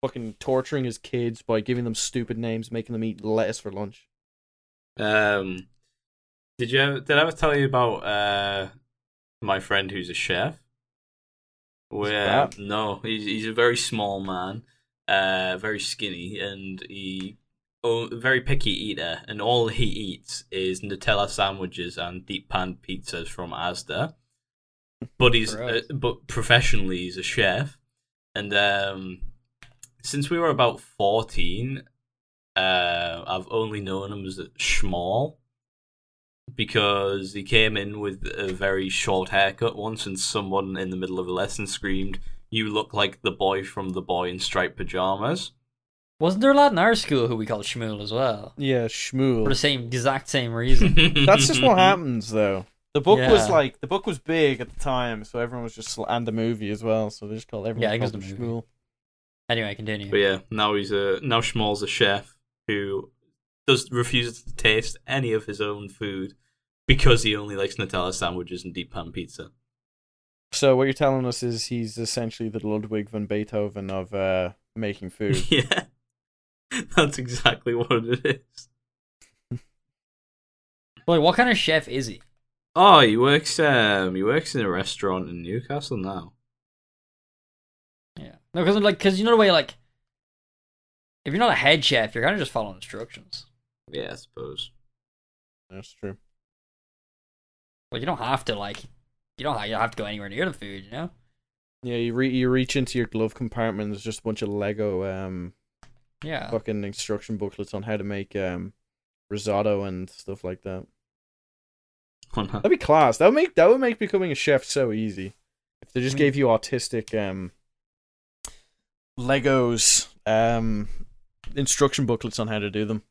fucking torturing his kids by giving them stupid names, making them eat lettuce for lunch. um, did you ever, did I ever tell you about uh my friend who's a chef? Where fat? no, he's he's a very small man, uh, very skinny, and he oh, very picky eater, and all he eats is Nutella sandwiches and deep pan pizzas from Asda. But he's uh, Gross. but professionally he's a chef, and um, since we were about fourteen, uh, I've only known him as Schmall because he came in with a very short haircut once, and someone in the middle of a lesson screamed, "You look like the boy from the boy in striped pajamas." Wasn't there a lad in our school who we called Shmuel as well? Yeah, For Shmuel. the same exact <laughs> same reason. That's <laughs> just <laughs> what happens, though. The book was Yeah. like the book was big at the time, so everyone was just and the movie as well. So they just called everyone Yeah, I think it called was him the Shmuel. anyway, continue. But yeah, now he's a now Schmall's a chef who does refuses to taste any of his own food because he only likes Nutella sandwiches and deep pan pizza. So what you're telling us is he's essentially the Ludwig van Beethoven of uh, making food. <laughs> <laughs> yeah, that's exactly what it is. Like, what kind of chef is he? Oh, he works um he works in a restaurant in Newcastle now. Yeah. No, because like, because you know the way like, if you're not a head chef, you're kind of just following instructions. Yeah, I suppose. <laughs> That's true. Like, you don't have to like, you don't ha- you don't have to go anywhere near the food. You know. Yeah, you re- you reach into your glove compartment. There's just a bunch of Lego um Yeah. fucking instruction booklets on how to make um risotto and stuff like that. Oh, no. That'd be class. That would make that would make becoming a chef so easy. If they just Mm. gave you artistic um Legos um instruction booklets on how to do them.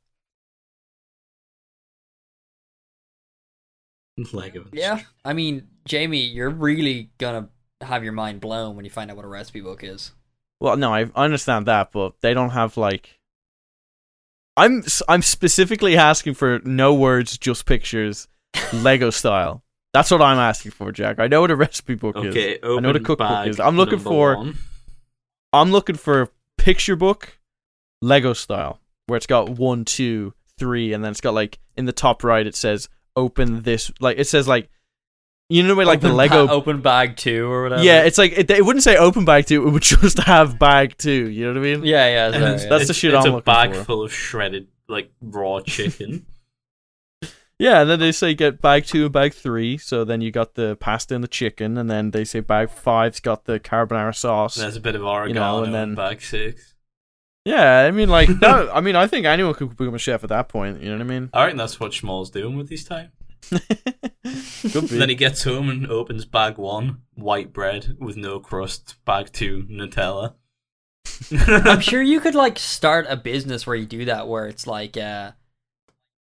Lego. and Yeah. I mean, Jamie, you're really gonna have your mind blown when you find out what a recipe book is. Well, no, I I understand that, but they don't have like. I'm s- I'm specifically asking for no words, just <laughs> pictures, Lego style. That's what I'm asking for, Jack. I know what a recipe book is. Okay, know what a open cookbook bag is. I'm looking number for- one. I'm looking for a picture book, Lego style, where it's got one, two, three, and then it's got like in the top right it says open this. Like it says like, you know the way like the Open Lego ba- open bag two or whatever. Yeah, it's like it, it wouldn't say open bag two. It would <laughs> just have bag two. You know what I mean? yeah, yeah. And sorry, it's- yeah. That's the it's- shit it's I'm a looking bag for. full of shredded like <laughs> raw chicken. Yeah, and then they say get bag two and bag three. So then you got the pasta and the chicken, and then they say bag five's got the carbonara sauce. There's a bit of oregano and in then- bag six. yeah, I mean, <laughs> like, no, I mean, I think anyone could become a chef at that point. You know what I mean? I reckon that's what Schmoll's doing with his time. could be. <laughs> Then he gets home and opens bag one, white bread with no crust. Bag two, Nutella. <laughs> I'm sure you could like start a business where you do that, where it's like, uh,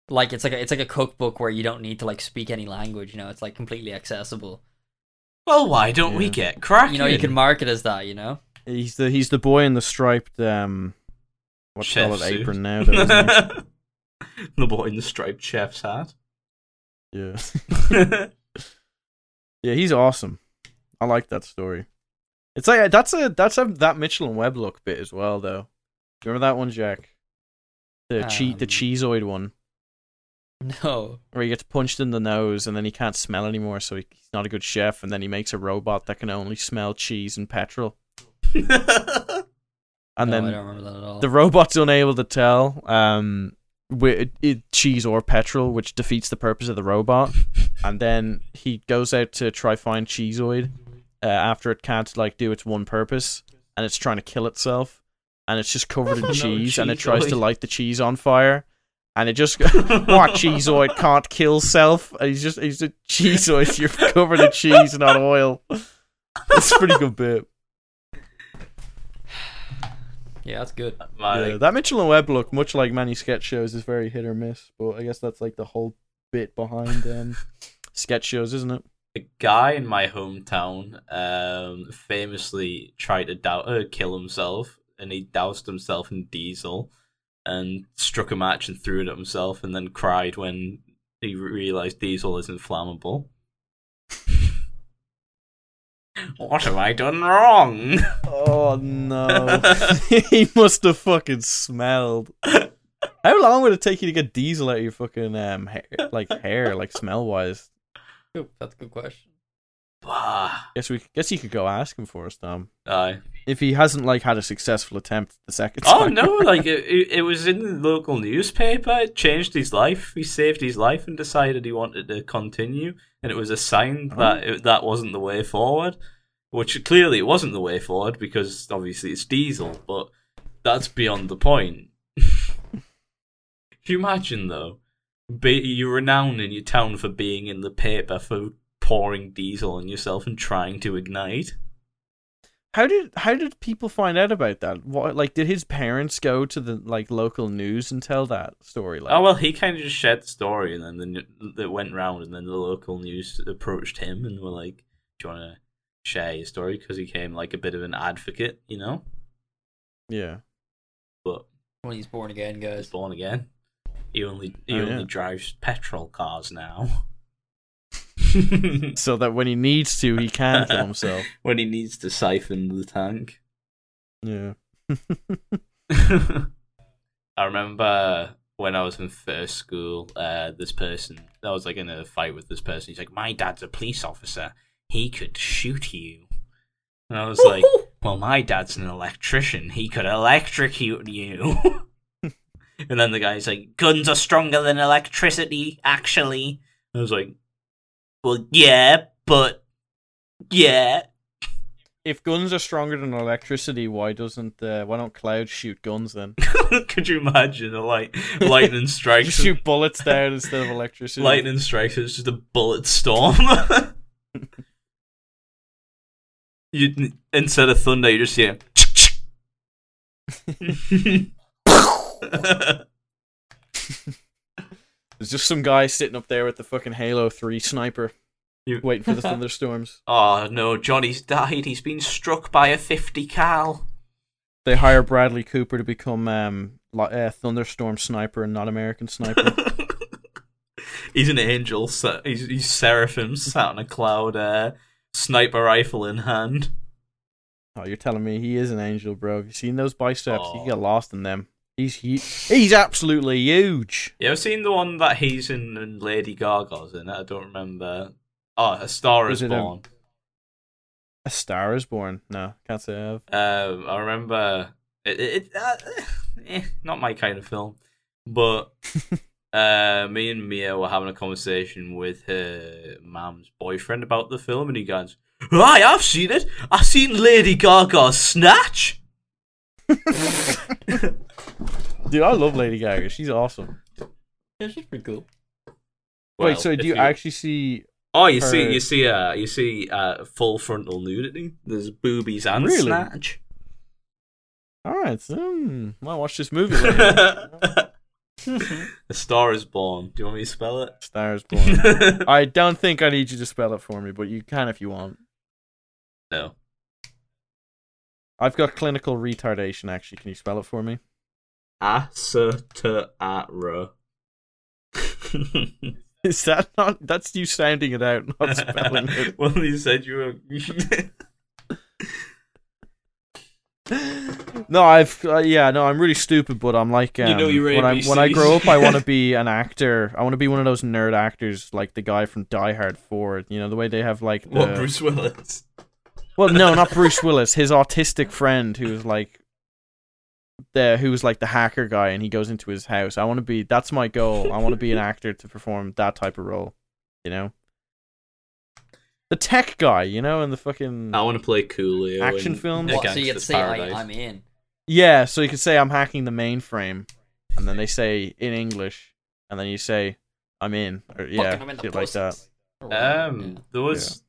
like it's like a, it's like a cookbook where you don't need to like speak any language. You know, it's like completely accessible. well, why don't we Yeah. get cracking? You know, you can market as that. You know, <laughs> he's the he's the boy in the striped um, what's Chef called suit. apron now. Though, isn't he? the boy in <laughs> the striped chef's <laughs> hat. <laughs> yeah, <laughs> yeah, he's awesome. I like that story. It's like that's a that's a that Mitchell and Webb look bit as well, though. Do you remember that one, Jack? The che- the Um, cheeseoid one. no, where he gets punched in the nose and then he can't smell anymore, so he, he's not a good chef. And then he makes a robot that can only smell cheese and petrol. And no, Oh, I then don't remember that at all. the robot's unable to tell um, wi- it, cheese or petrol, which defeats the purpose of the robot. and then he goes out to try find cheeseoid uh, after it can't like do its one purpose, and it's trying to kill itself. And it's just covered in No, cheese, and it tries to cheeseoid. light the cheese on fire. And it just <laughs> what cheeseoid can't kill self. And he's just he's a cheeseoid. <laughs> You're covered in cheese, not oil. That's a pretty good bit. yeah, that's good. My yeah, that Mitchell and Webb look, much like many sketch shows, is very hit or miss. But I guess that's like the whole bit behind um, <laughs> sketch shows, isn't it? a guy in my hometown um, famously tried to dou- uh, kill himself, and he doused himself in diesel, and struck a match and threw it at himself, and then cried when he realized diesel isn't flammable. <laughs> what have I done wrong? <laughs> Oh no, <laughs> he must have fucking smelled. How long would it take you to get diesel out of your fucking um hair, like hair, like smell wise? Good. That's a good question. Bah. Guess we guess you could go ask him for us, Tom. Aye. If he hasn't like had a successful attempt the second Oh time. no! Like it, it it was in the local newspaper. It changed his life. He saved his life and decided he wanted to continue. And it was a sign that it, that wasn't the way forward, which clearly it wasn't the way forward because obviously it's diesel. But that's beyond the point. <laughs> If you imagine though, be, you're renowned in your town for being in the paper for pouring diesel on yourself and trying to ignite. How did how did people find out about that? What like did his parents go to the like local news and tell that story? Like, Oh well, he kind of just shared the story, and then the n- it went round, and then the local news approached him and were like, "Do you want to share your story?" Because he came like a bit of an advocate, you know. yeah, But When he's born again, he's guys. born again. He only he Oh, only yeah. drives petrol cars <laughs> now. <laughs> so that when he needs to, he can kill himself. when he needs to siphon the tank. Yeah, <laughs> I remember when I was in first school, uh, this person, I was like in a fight with this person. He's like, My dad's a police officer. He could shoot you. And I was <laughs> like, Well, my dad's an electrician. He could electrocute you. <laughs> and then the guy's like, Guns are stronger than electricity, actually. I was like, Well, yeah, but. Yeah. <laughs> if guns are stronger than electricity, why doesn't uh, why don't clouds shoot guns then? could you imagine a light, lightning strikes? Just shoot bullets down instead of electricity. Lightning strikes, it's just a bullet storm. <laughs> you instead of thunder, you just hear. <laughs> There's just some guy sitting up there with the fucking Halo Three sniper, You- waiting for the thunderstorms. oh no, Johnny's died. He's been struck by a fifty cal. <laughs> They hire Bradley Cooper to become um li- uh, thunderstorm sniper and not American sniper. he's an angel. So he's, he's seraphim sat on a cloud, uh, sniper rifle in hand. oh, you're telling me he is an angel, bro? Have you seen those biceps? You Oh. You get lost in them. He's hu He's absolutely huge. You ever seen the one that he's in and Lady Gaga's in? I don't remember. Oh, A Star Was Is it a- Born. A star is born. No, can't say I have. Um, I remember it. it it- uh, <sighs> eh, not my kind of film, but uh, me and Mia were having a conversation with her mum's boyfriend about the film, and he goes, "Right, I've seen it. I've seen Lady Gaga's Snatch." Dude, I love Lady Gaga. She's awesome. Yeah, she's pretty cool. Well, Wait, so if do you, actually see? Oh, you see, her- you see, uh, you see, uh, full frontal nudity. There's boobies and Really? snatch. <laughs> All right, so, hmm, might watch this <laughs> movie. later. a Star Is Born. Do you want me to spell it? star is born. I don't think I need you to spell it for me, but you can if you want. <laughs> no. I've got clinical retardation. Actually, can you spell it for me? Acertara. <laughs> Is that not? That's you sounding it out, not spelling it. <laughs> well, you said you were. <laughs> No, I've uh, yeah, no, I'm really stupid, but I'm like um, You know your when I when I ABCs. grow up, I want to <laughs> be an actor. I want to be one of those nerd actors, like the guy from Die Hard Four. You know the way they have like what, the- Bruce Willis? Well, no, not Bruce Willis. His autistic friend, who was like the who was like the hacker guy, and he goes into his house. I want to be. That's my goal. I want to be <laughs> an actor to perform that type of role. You know, the tech guy. You know, and the fucking Oh. I want to play Coolio. Action in films? A What, so you get to Gangster's say I, Paradise. I'm in. yeah. So you could say I'm hacking the mainframe, and then they say in English, and then you say I'm in, or yeah, Fucking, I'm in the shit like that. process. Or whatever, Um, yeah. there was.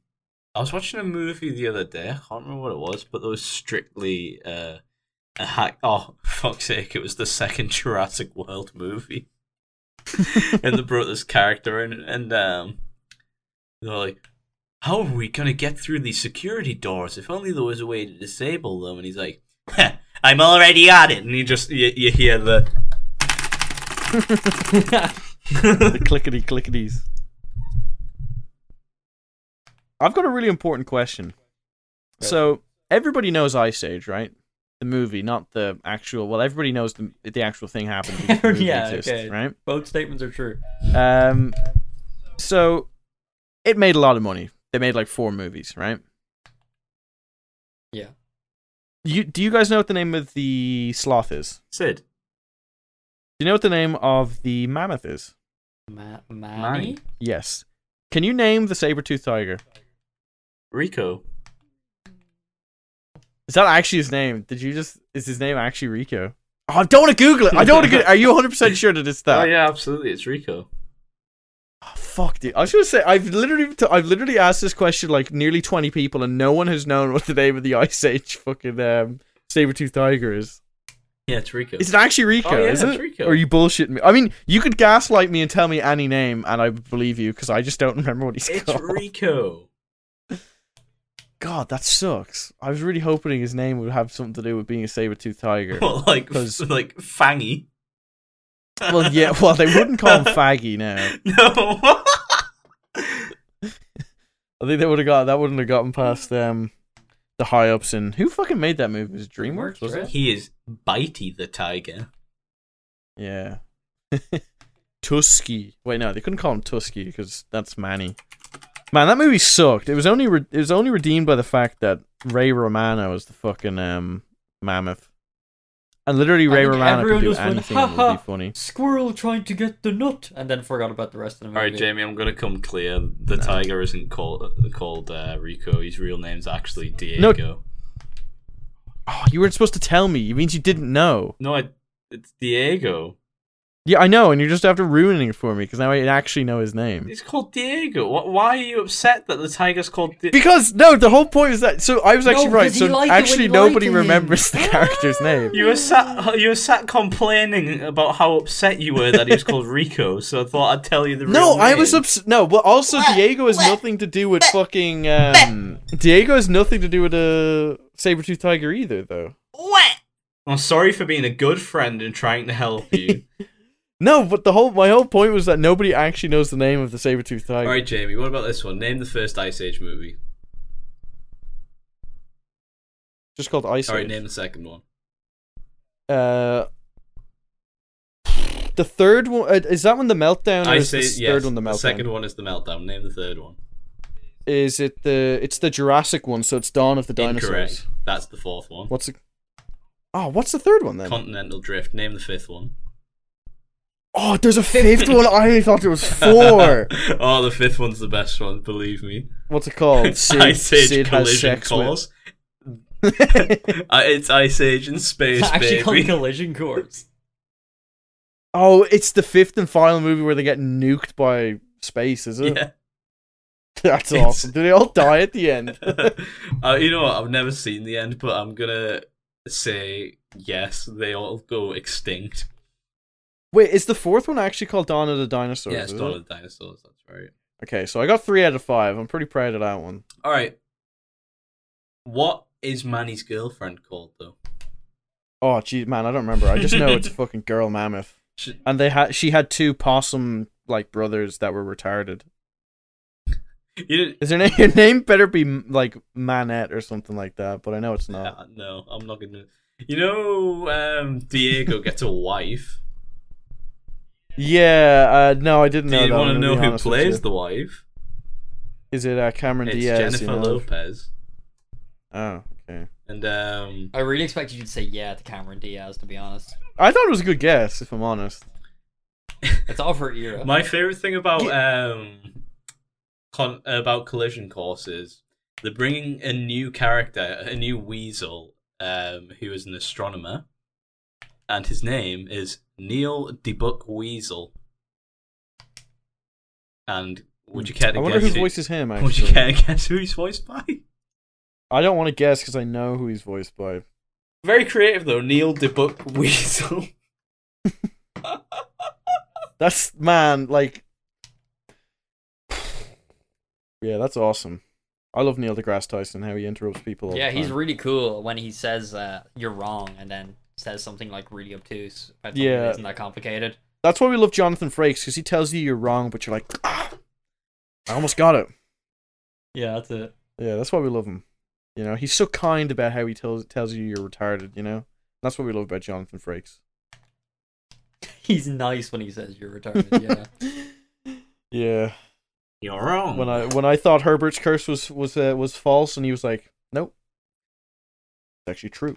I was watching a movie the other day. I can't remember what it was, but there was strictly uh, a hack. Oh, <laughs> fuck's sake! It was the second Jurassic World movie, and they brought this character in, and um, they were like, "How are we gonna get through these security doors? If only there was a way to disable them." And he's like, <laughs> "Heh, "I'm already on it," and you just you, you hear the the clickety clicketies. I've got a really important question. So everybody knows Ice Age, right? The movie, not the actual. Well, everybody knows the the actual thing happened. because <laughs> the movie Yeah, exists, okay. right? Both statements are true. Um, so it made a lot of money. They made like four movies, right? Yeah. You do you guys know what the name of the sloth is? Sid. Do you know what the name of the mammoth is? Ma- Manny? Yes. Can you name the saber-toothed tiger? Rico. Is that actually his name? Did you just? Is his name actually Rico? Oh, I don't want to Google it. I don't want to. Go- Are you 100 percent sure that it's that? Oh yeah, absolutely. It's Rico. Oh, fuck, dude. I was gonna say I've literally t- I've literally asked this question like nearly twenty people, and no one has known what the name of the Ice Age fucking um, saber tooth tiger is. Yeah, it's Rico. It's actually Rico, Oh, yeah, is it? it's Rico. Or are you bullshitting me? I mean, you could gaslight me and tell me any name, and I would believe you because I just don't remember what he's It's called. Rico. <laughs> God, that sucks. I was really hoping his name would have something to do with being a saber tooth <laughs> tiger. Well, like 'Cause- like Fangy. <laughs> well, yeah. Well, they wouldn't call him faggy now. No. I think they would have got that. Wouldn't have gotten past um, the high ups in who fucking made that movie? Was it DreamWorks? Was it? he is Bitey the Tiger. Yeah. <laughs> Tusky. Wait, no, they couldn't call him Tusky because that's Manny. Man, that movie sucked. It was only re- it was only redeemed by the fact that Ray Romano was the fucking um mammoth, and literally I Ray think Romano could everyone do just went, anything. "Ha that would <laughs> ha." be funny. Squirrel trying to get the nut, and then forgot about the rest of the movie. All right, Jamie, I'm gonna come clear. The tiger isn't called called uh, Rico. His real name's actually Diego. No, Oh, you weren't supposed to tell me. It means you didn't know. I, it's Diego. Yeah, I know, and you're just after ruining it for me because now I actually know his name. It's called Diego. Wh- Why are you upset that the tiger's called? Di- Because no, the whole point is that. So I was No, actually right. because he So liked it Ah! when actually, you lied nobody to him. remembers the character's name. you were sat. You were sat complaining about how upset you were that he was called Rico. So I thought I'd tell you the. No, real I was name. ups- No, but also Diego has nothing to do with fucking. Um, Diego has nothing to do with a saber tooth tiger either, though. I'm sorry for being a good friend and trying to help <laughs> you. No, but the whole my whole point was that nobody actually knows the name of the saber tooth All tiger. right, Jamie. What about this one? Name the first Ice Age movie. Just called Ice All right, Age. name the second one. Uh, the third one uh, is that one the meltdown. Or I is say the yes. third one the the, meltdown. second one is the meltdown. Name the third one. Is it the? It's the Jurassic one, so it's Dawn of the Dinosaurs. Incorrect. That's the fourth one. What's the? Oh, what's the third one then? Continental Drift. Name the fifth one. oh, there's a fifth one. I thought there was four. <laughs> oh, the fifth one's the best one. Believe me. What's it called? Oh, Sid, <laughs> Ice Age Sid has Collision sex <laughs> Course. with. Uh, it's Ice Age in space, <laughs> It's actually called baby. <laughs> Collision Course. oh, it's the fifth and final movie where they get nuked by space, is it? yeah. <laughs> That's It's- awesome. Do they all die at the <laughs> end? uh, you know what? I've never seen the end, but I'm gonna say yes. They all go extinct. Wait, is the fourth one actually called Dawn of the Dinosaurs? yes, is Dawn it? of the Dinosaurs. That's right. Okay, so I got three out of five. I'm pretty proud of that one. All right. What is Manny's girlfriend called though? Oh, geez, man, I don't remember. I just know <laughs> it's a fucking girl mammoth. She- And they had she had two possum like brothers that were retarded. you didn't- Is her name? Your <laughs> name better be m- like Manette or something like that, but I know it's not. Uh, no, I'm not gonna. You know, <laughs> um, Diego gets a wife. Yeah, uh, no, I didn't Do know you that. want to I'm gonna know be who honest with plays you. the wife? Is it uh, Cameron It's Diaz? Jennifer you know? Lopez. Oh, okay. And um, I really expected you to say yeah to Cameron Diaz, to be honest. I thought it was a good guess, if I'm honest. It's of her era. my favorite thing about um, con- about collision course is they're bringing a new character, a new weasel, um, who is an astronomer, and his name is Neil Debuck Weasel. And would you care to Hmm. I wonder guess who voices him. Would you Actually, care to guess who he's voiced by? I don't want to guess because I know who he's voiced by. Very creative though, Neil DeBuck Weasel. That's man, like, <sighs> yeah, that's awesome. I love Neil deGrasse Tyson. How he interrupts people. All yeah, the he's time. really cool when he says uh, you're wrong and then says something like really obtuse. About something Yeah. That isn't that complicated? That's why we love Jonathan Frakes because he tells you you're wrong, but you're like, ah, I almost got it. Yeah, that's it. Yeah, that's why we love him. You know, he's so kind about how he tells tells you you're retarded. You know, that's what we love about Jonathan Frakes. <laughs> He's nice when he says you're retarded. <laughs> Yeah. Yeah, <laughs> You're wrong. when I when I thought Herbert's curse was was uh, was false, and he was like, "Nope, it's actually true.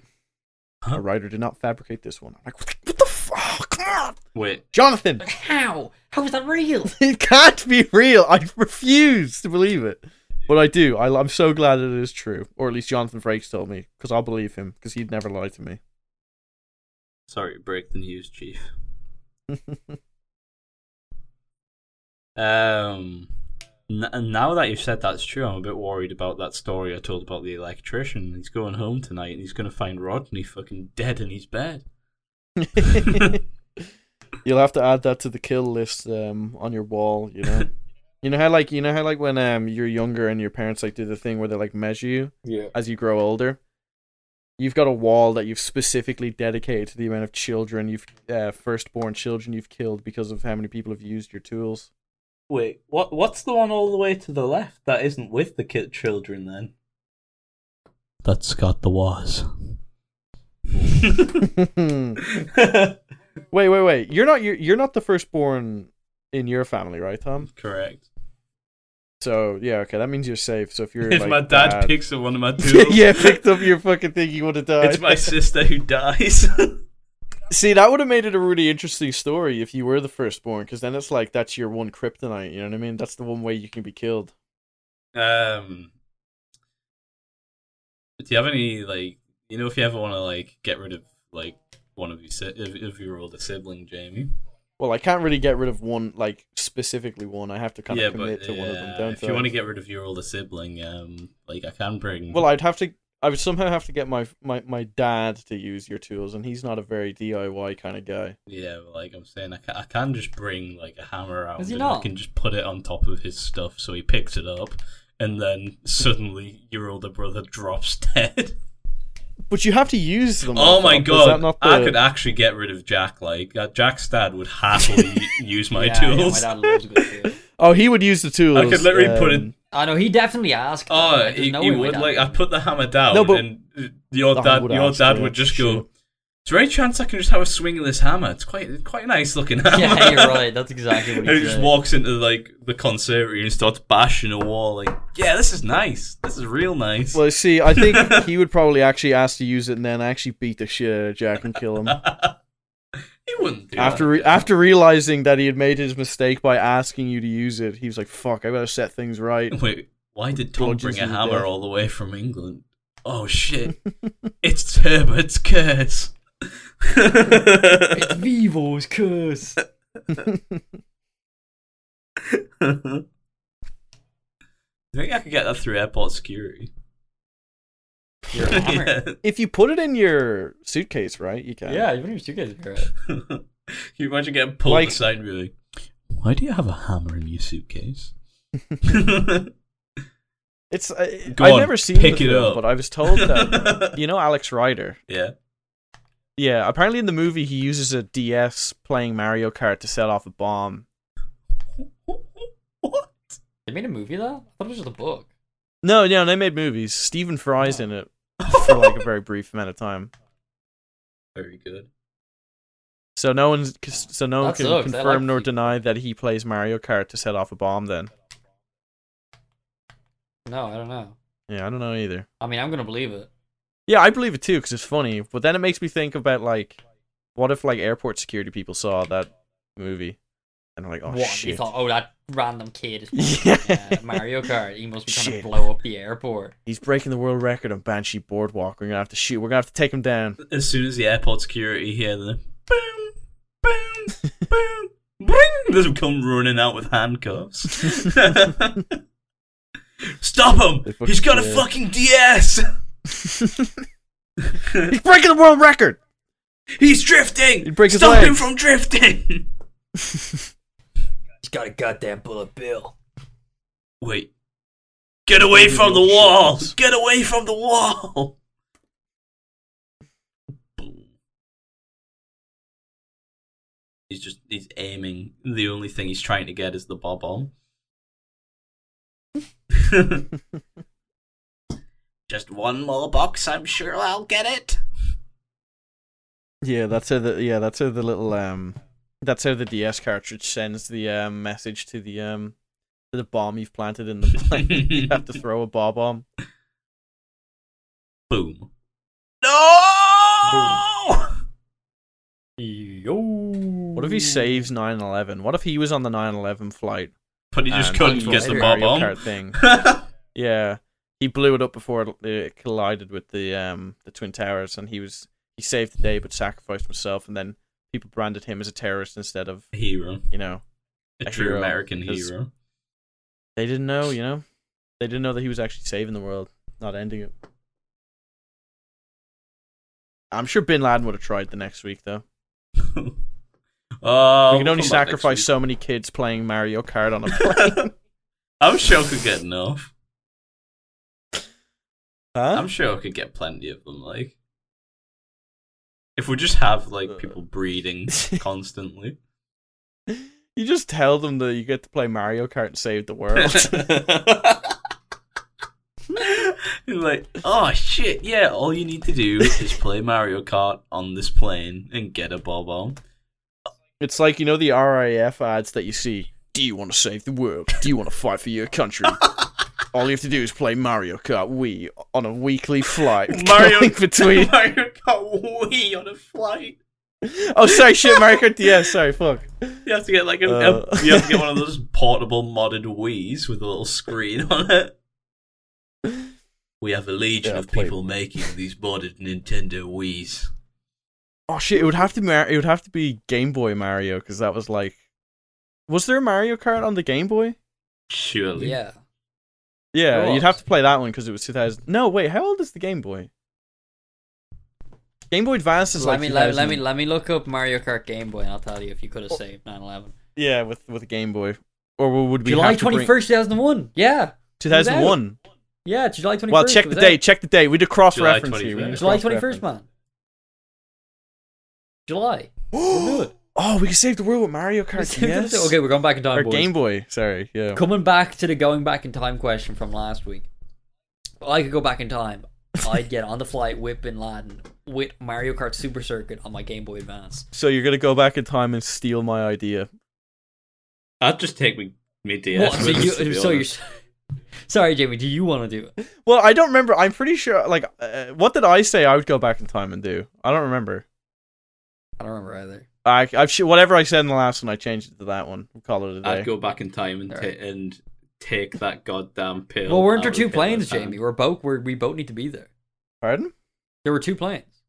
Huh? A writer did not fabricate this one." I'm like, "What the fuck? Come on, Wait, Jonathan! <laughs> Like, how? How is that real? It can't be real. I refuse to believe it, but I do. I, I'm so glad that it is true, or at least Jonathan Frakes told me, because I'll believe him, because he'd never lie to me." <laughs> sorry to break the news, Chief. Um, n- and now that you've said that's true, I'm a bit worried about that story I told about the electrician. He's going home tonight and he's going to find Rodney fucking dead in his bed. <laughs> You'll have to add that to the kill list um, on your wall. You <laughs> know, you know how like you know how like when um you're younger and your parents like do the thing where they like measure you Yeah. as you grow older. You've got a wall that you've specifically dedicated to the amount of children you've uh, firstborn children you've killed because of how many people have used your tools. <laughs> Wait, what? What's the one all the way to the left that isn't with the kid children then? That's Scott the <laughs> Was. wait, wait, wait! You're not you're, you're not the firstborn in your family, right, Tom? Correct. So yeah, okay, that means you're safe. So if you're if like, my dad, bad- picks up one <laughs> of my tools, yeah, picked up your fucking thing, you would have died. <laughs> it's my sister who dies. <laughs> See, that would have made it a really interesting story if you were the firstborn, because then it's like that's your one kryptonite. You know what I mean? That's the one way you can be killed. Um, do you have any like you know if you ever want to like get rid of like one of your si- if, if your older sibling, Jamie? Well, I can't really get rid of one, like specifically one. I have to kind of commit to one of them, yeah, don't if you I? want to get rid of your older sibling, um, like I can bring. Well, I'd have to. I would somehow have to get my, my my dad to use your tools, and he's not a very DIY kind of guy. yeah, but, like I'm saying, I can, I can just bring like a hammer out. Is he and I not? can just put it on top of his stuff so he picks it up, and then <laughs> suddenly your older brother drops dead. But you have to use them. Oh my Tom. Is god! that not I the- could actually get rid of Jack. Like uh, Jack Stad would <laughs> happily use my yeah, tools. <laughs> Yeah, my dad loves a good tool. Oh, he would use the tools. I could literally put it. um, I know he definitely asked. Oh, Like, there's he, no he way my would dad like. I did. put the hammer down, No, but- and uh, your The dad, hammer would your ask, dad yeah, would just sure. go. Is there any chance I can just have a swing of this hammer? It's quite, it's quite a nice <laughs> looking hammer. <laughs> yeah, you're right. That's exactly <laughs> what And he he just said. walks into like the conservatory and starts bashing a wall. Like, yeah, this is nice. This is real nice. Well, see, I think <laughs> he would probably actually ask to use it and then actually beat the shit out of Jack and kill <laughs> him. he wouldn't do after that. re- after realizing that he had made his mistake by asking you to use it, he was like, "Fuck, I gotta set things <laughs> right." Wait, why did Tom Bludgeons bring a you to hammer death. all the way from England? <laughs> Oh shit! it's Herbert's curse. It's Vivo's curse. <laughs> I think I could get that through airport security. You're a hammer. <laughs> Yeah. If you put it in your suitcase, right, you can. Yeah, even if you guys are right. Can you imagine getting pulled Like- aside and be like, why do you have a hammer in your <laughs> suitcase? Go it's. I, Go I've on, never seen pick the it film, up. but I was told that <laughs> you know Alex Ryder. yeah. <laughs> Yeah, apparently in the movie he uses a DS playing Mario Kart to set off a bomb. What? They made a movie though. I thought it was just a book. No, no, they made movies. Stephen Oh. Fry's in it for like a very brief amount of time. Very good. So no one's so no one That can sucks. I like confirm nor people. deny that he plays Mario Kart to set off a bomb. Then No, I don't know. yeah, I don't know either. I mean, I'm gonna believe it. Yeah, I believe it too because it's funny. But then it makes me think about like, what if like airport security people saw that movie and are like, oh What? He shit, thought, oh, that random kid <laughs> is Yeah. yeah, Mario Kart. He must be trying Shit. to blow up the airport. he's breaking the world record on Banshee Boardwalk. We're gonna have to shoot. We're gonna have to take him <laughs> down. As soon as the airport security hear the boom, boom, boom, bring, they come running out with handcuffs. <laughs> Stop They him! fucking He's got a do. fucking DS! He's breaking the world record. He's drifting! He'd break his Stop him legs. <laughs> from drifting! He's got a goddamn bullet bill. Wait. Get away from the wall! Shit. Get away from the wall! He's just he's aiming. The only thing he's trying to get is the <laughs> bob on. <laughs> just one more box, I'm sure I'll <laughs> get it. Yeah, that's how the yeah that's how the little um that's how the DS cartridge sends the um message to the um to the bomb you've planted <laughs> in the plane. you have to throw a bomb bomb. Boom. No! Yo. What if he saves 9/11? What if he was on the 9/11 flight? But he just and couldn't it get was the a bob Mario on. Kart thing. Yeah, he blew it up before it, it collided with the um the twin towers, and he was he saved the day but sacrificed himself, and then people branded him as a terrorist instead of <laughs> Hero. you know a, a true hero, American because- hero. They didn't know, you know? They didn't know that he was actually saving the world, not ending it. I'm sure Bin Laden would have tried the next week, though. <laughs> oh, you can only we'll come back sacrifice next so many kids playing Mario Kart <laughs> on a week. plane. I'm sure I could get enough. huh? I'm sure I could get plenty of them. Like, if we just have Uh. like <laughs> people breeding constantly. You just tell them that you get to play Mario Kart and save the <laughs> world. <laughs> You're like, oh shit, yeah, all you need to do is play Mario Kart on this plane and get a bob on. it's like, you know, the RAF ads that you see. Do you want to save the world? Do you want to fight for your <laughs> country? All you have to do is play Mario Kart Wii on a weekly <laughs> flight. Mario- going <laughs> between. Mario Kart Wii on a flight. <laughs> Oh, sorry, shit, Mario Kart. Yeah, sorry, fuck. You have to get like a, Uh. a- you have to get <laughs> one of those portable modded Wii's with a little screen on it. We have a legion Yeah, of play- people making these modded Nintendo Wii's. Oh shit! It would have to Mar- it would have to be Game Boy Mario because that was like, was there a Mario Kart on the Game Boy? Surely. Yeah. Yeah, There you'd have was. to play that one because it was 2000. No, wait, how old is the Game Boy? Game Boy Advance is let like me let, 2000 let me let me look up Mario Kart Game Boy and I'll tell you if you could have saved 9/11. yeah with with a Game Boy or would we July have to bring- 21st, 2001. Yeah. 2001? Yeah, July 21st. Well, check it the was date. out. Check the date. We did cross July reference here. we 21st. did July cross-reference. 21st, man. July. oh, we can save the world with Mario Kart. Yes. okay, we're going back in time. Or boys. Game Boy. Sorry. Yeah. Coming back to the going back in time question from last week. If I could go back in time. I'd get on the flight with Bin Laden with Mario Kart Super Circuit on my Game Boy Advance. So you're gonna go back in time and steal my idea? I'd just take me, me DS. What, so with us, to you, be so you're, <laughs> honest. sorry, Jamie. Do you want to do it? Well, I don't remember. I'm pretty sure. Like, uh, what did I say? I would go back in time and do. I don't remember. I don't remember either. I, I've sh- whatever I said in the last one, I changed it to that one. We'll call it a day. I'd go back in time and, ta- and take that goddamn pill. Well, we're under out two of Hitler's planes, hand. Jamie. We're both we're, we both need to be there. Pardon? There were two planes.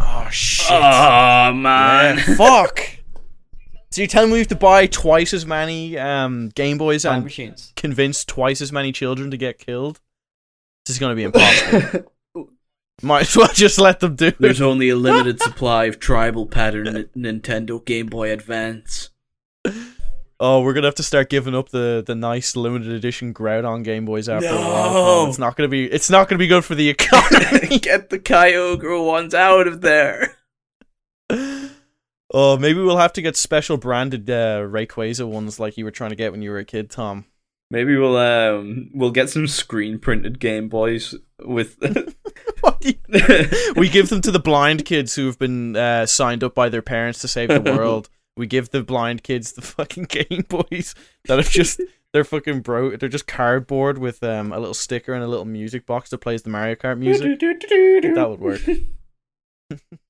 Oh shit! Oh man. <laughs> Man, fuck! So you're telling me we have to buy twice as many um, Game Boys Time and machines. convince twice as many children to get killed? This is gonna be impossible. Might as well just let them do it. There's <laughs> only a limited supply of tribal pattern N- Nintendo Game Boy Advance. Oh, we're gonna have to start giving up the, the nice limited edition Groudon Game Boys after a while. No. Tom. It's not gonna be it's not gonna be good for the <laughs> economy. <laughs> Get the Kyogre ones out of there. Oh, maybe we'll have to get special branded uh, Rayquaza ones like you were trying to get when you were a kid, Tom. Maybe we'll um we'll get some screen printed Game Boys with <laughs> What do you- <laughs> we give them to the blind kids who have been uh, signed up by their parents to save the world. We give the blind kids the fucking <laughs> Game Boys that are just they're fucking bro. They're just cardboard with um, a little sticker and a little music box that plays the Mario Kart music. that would work.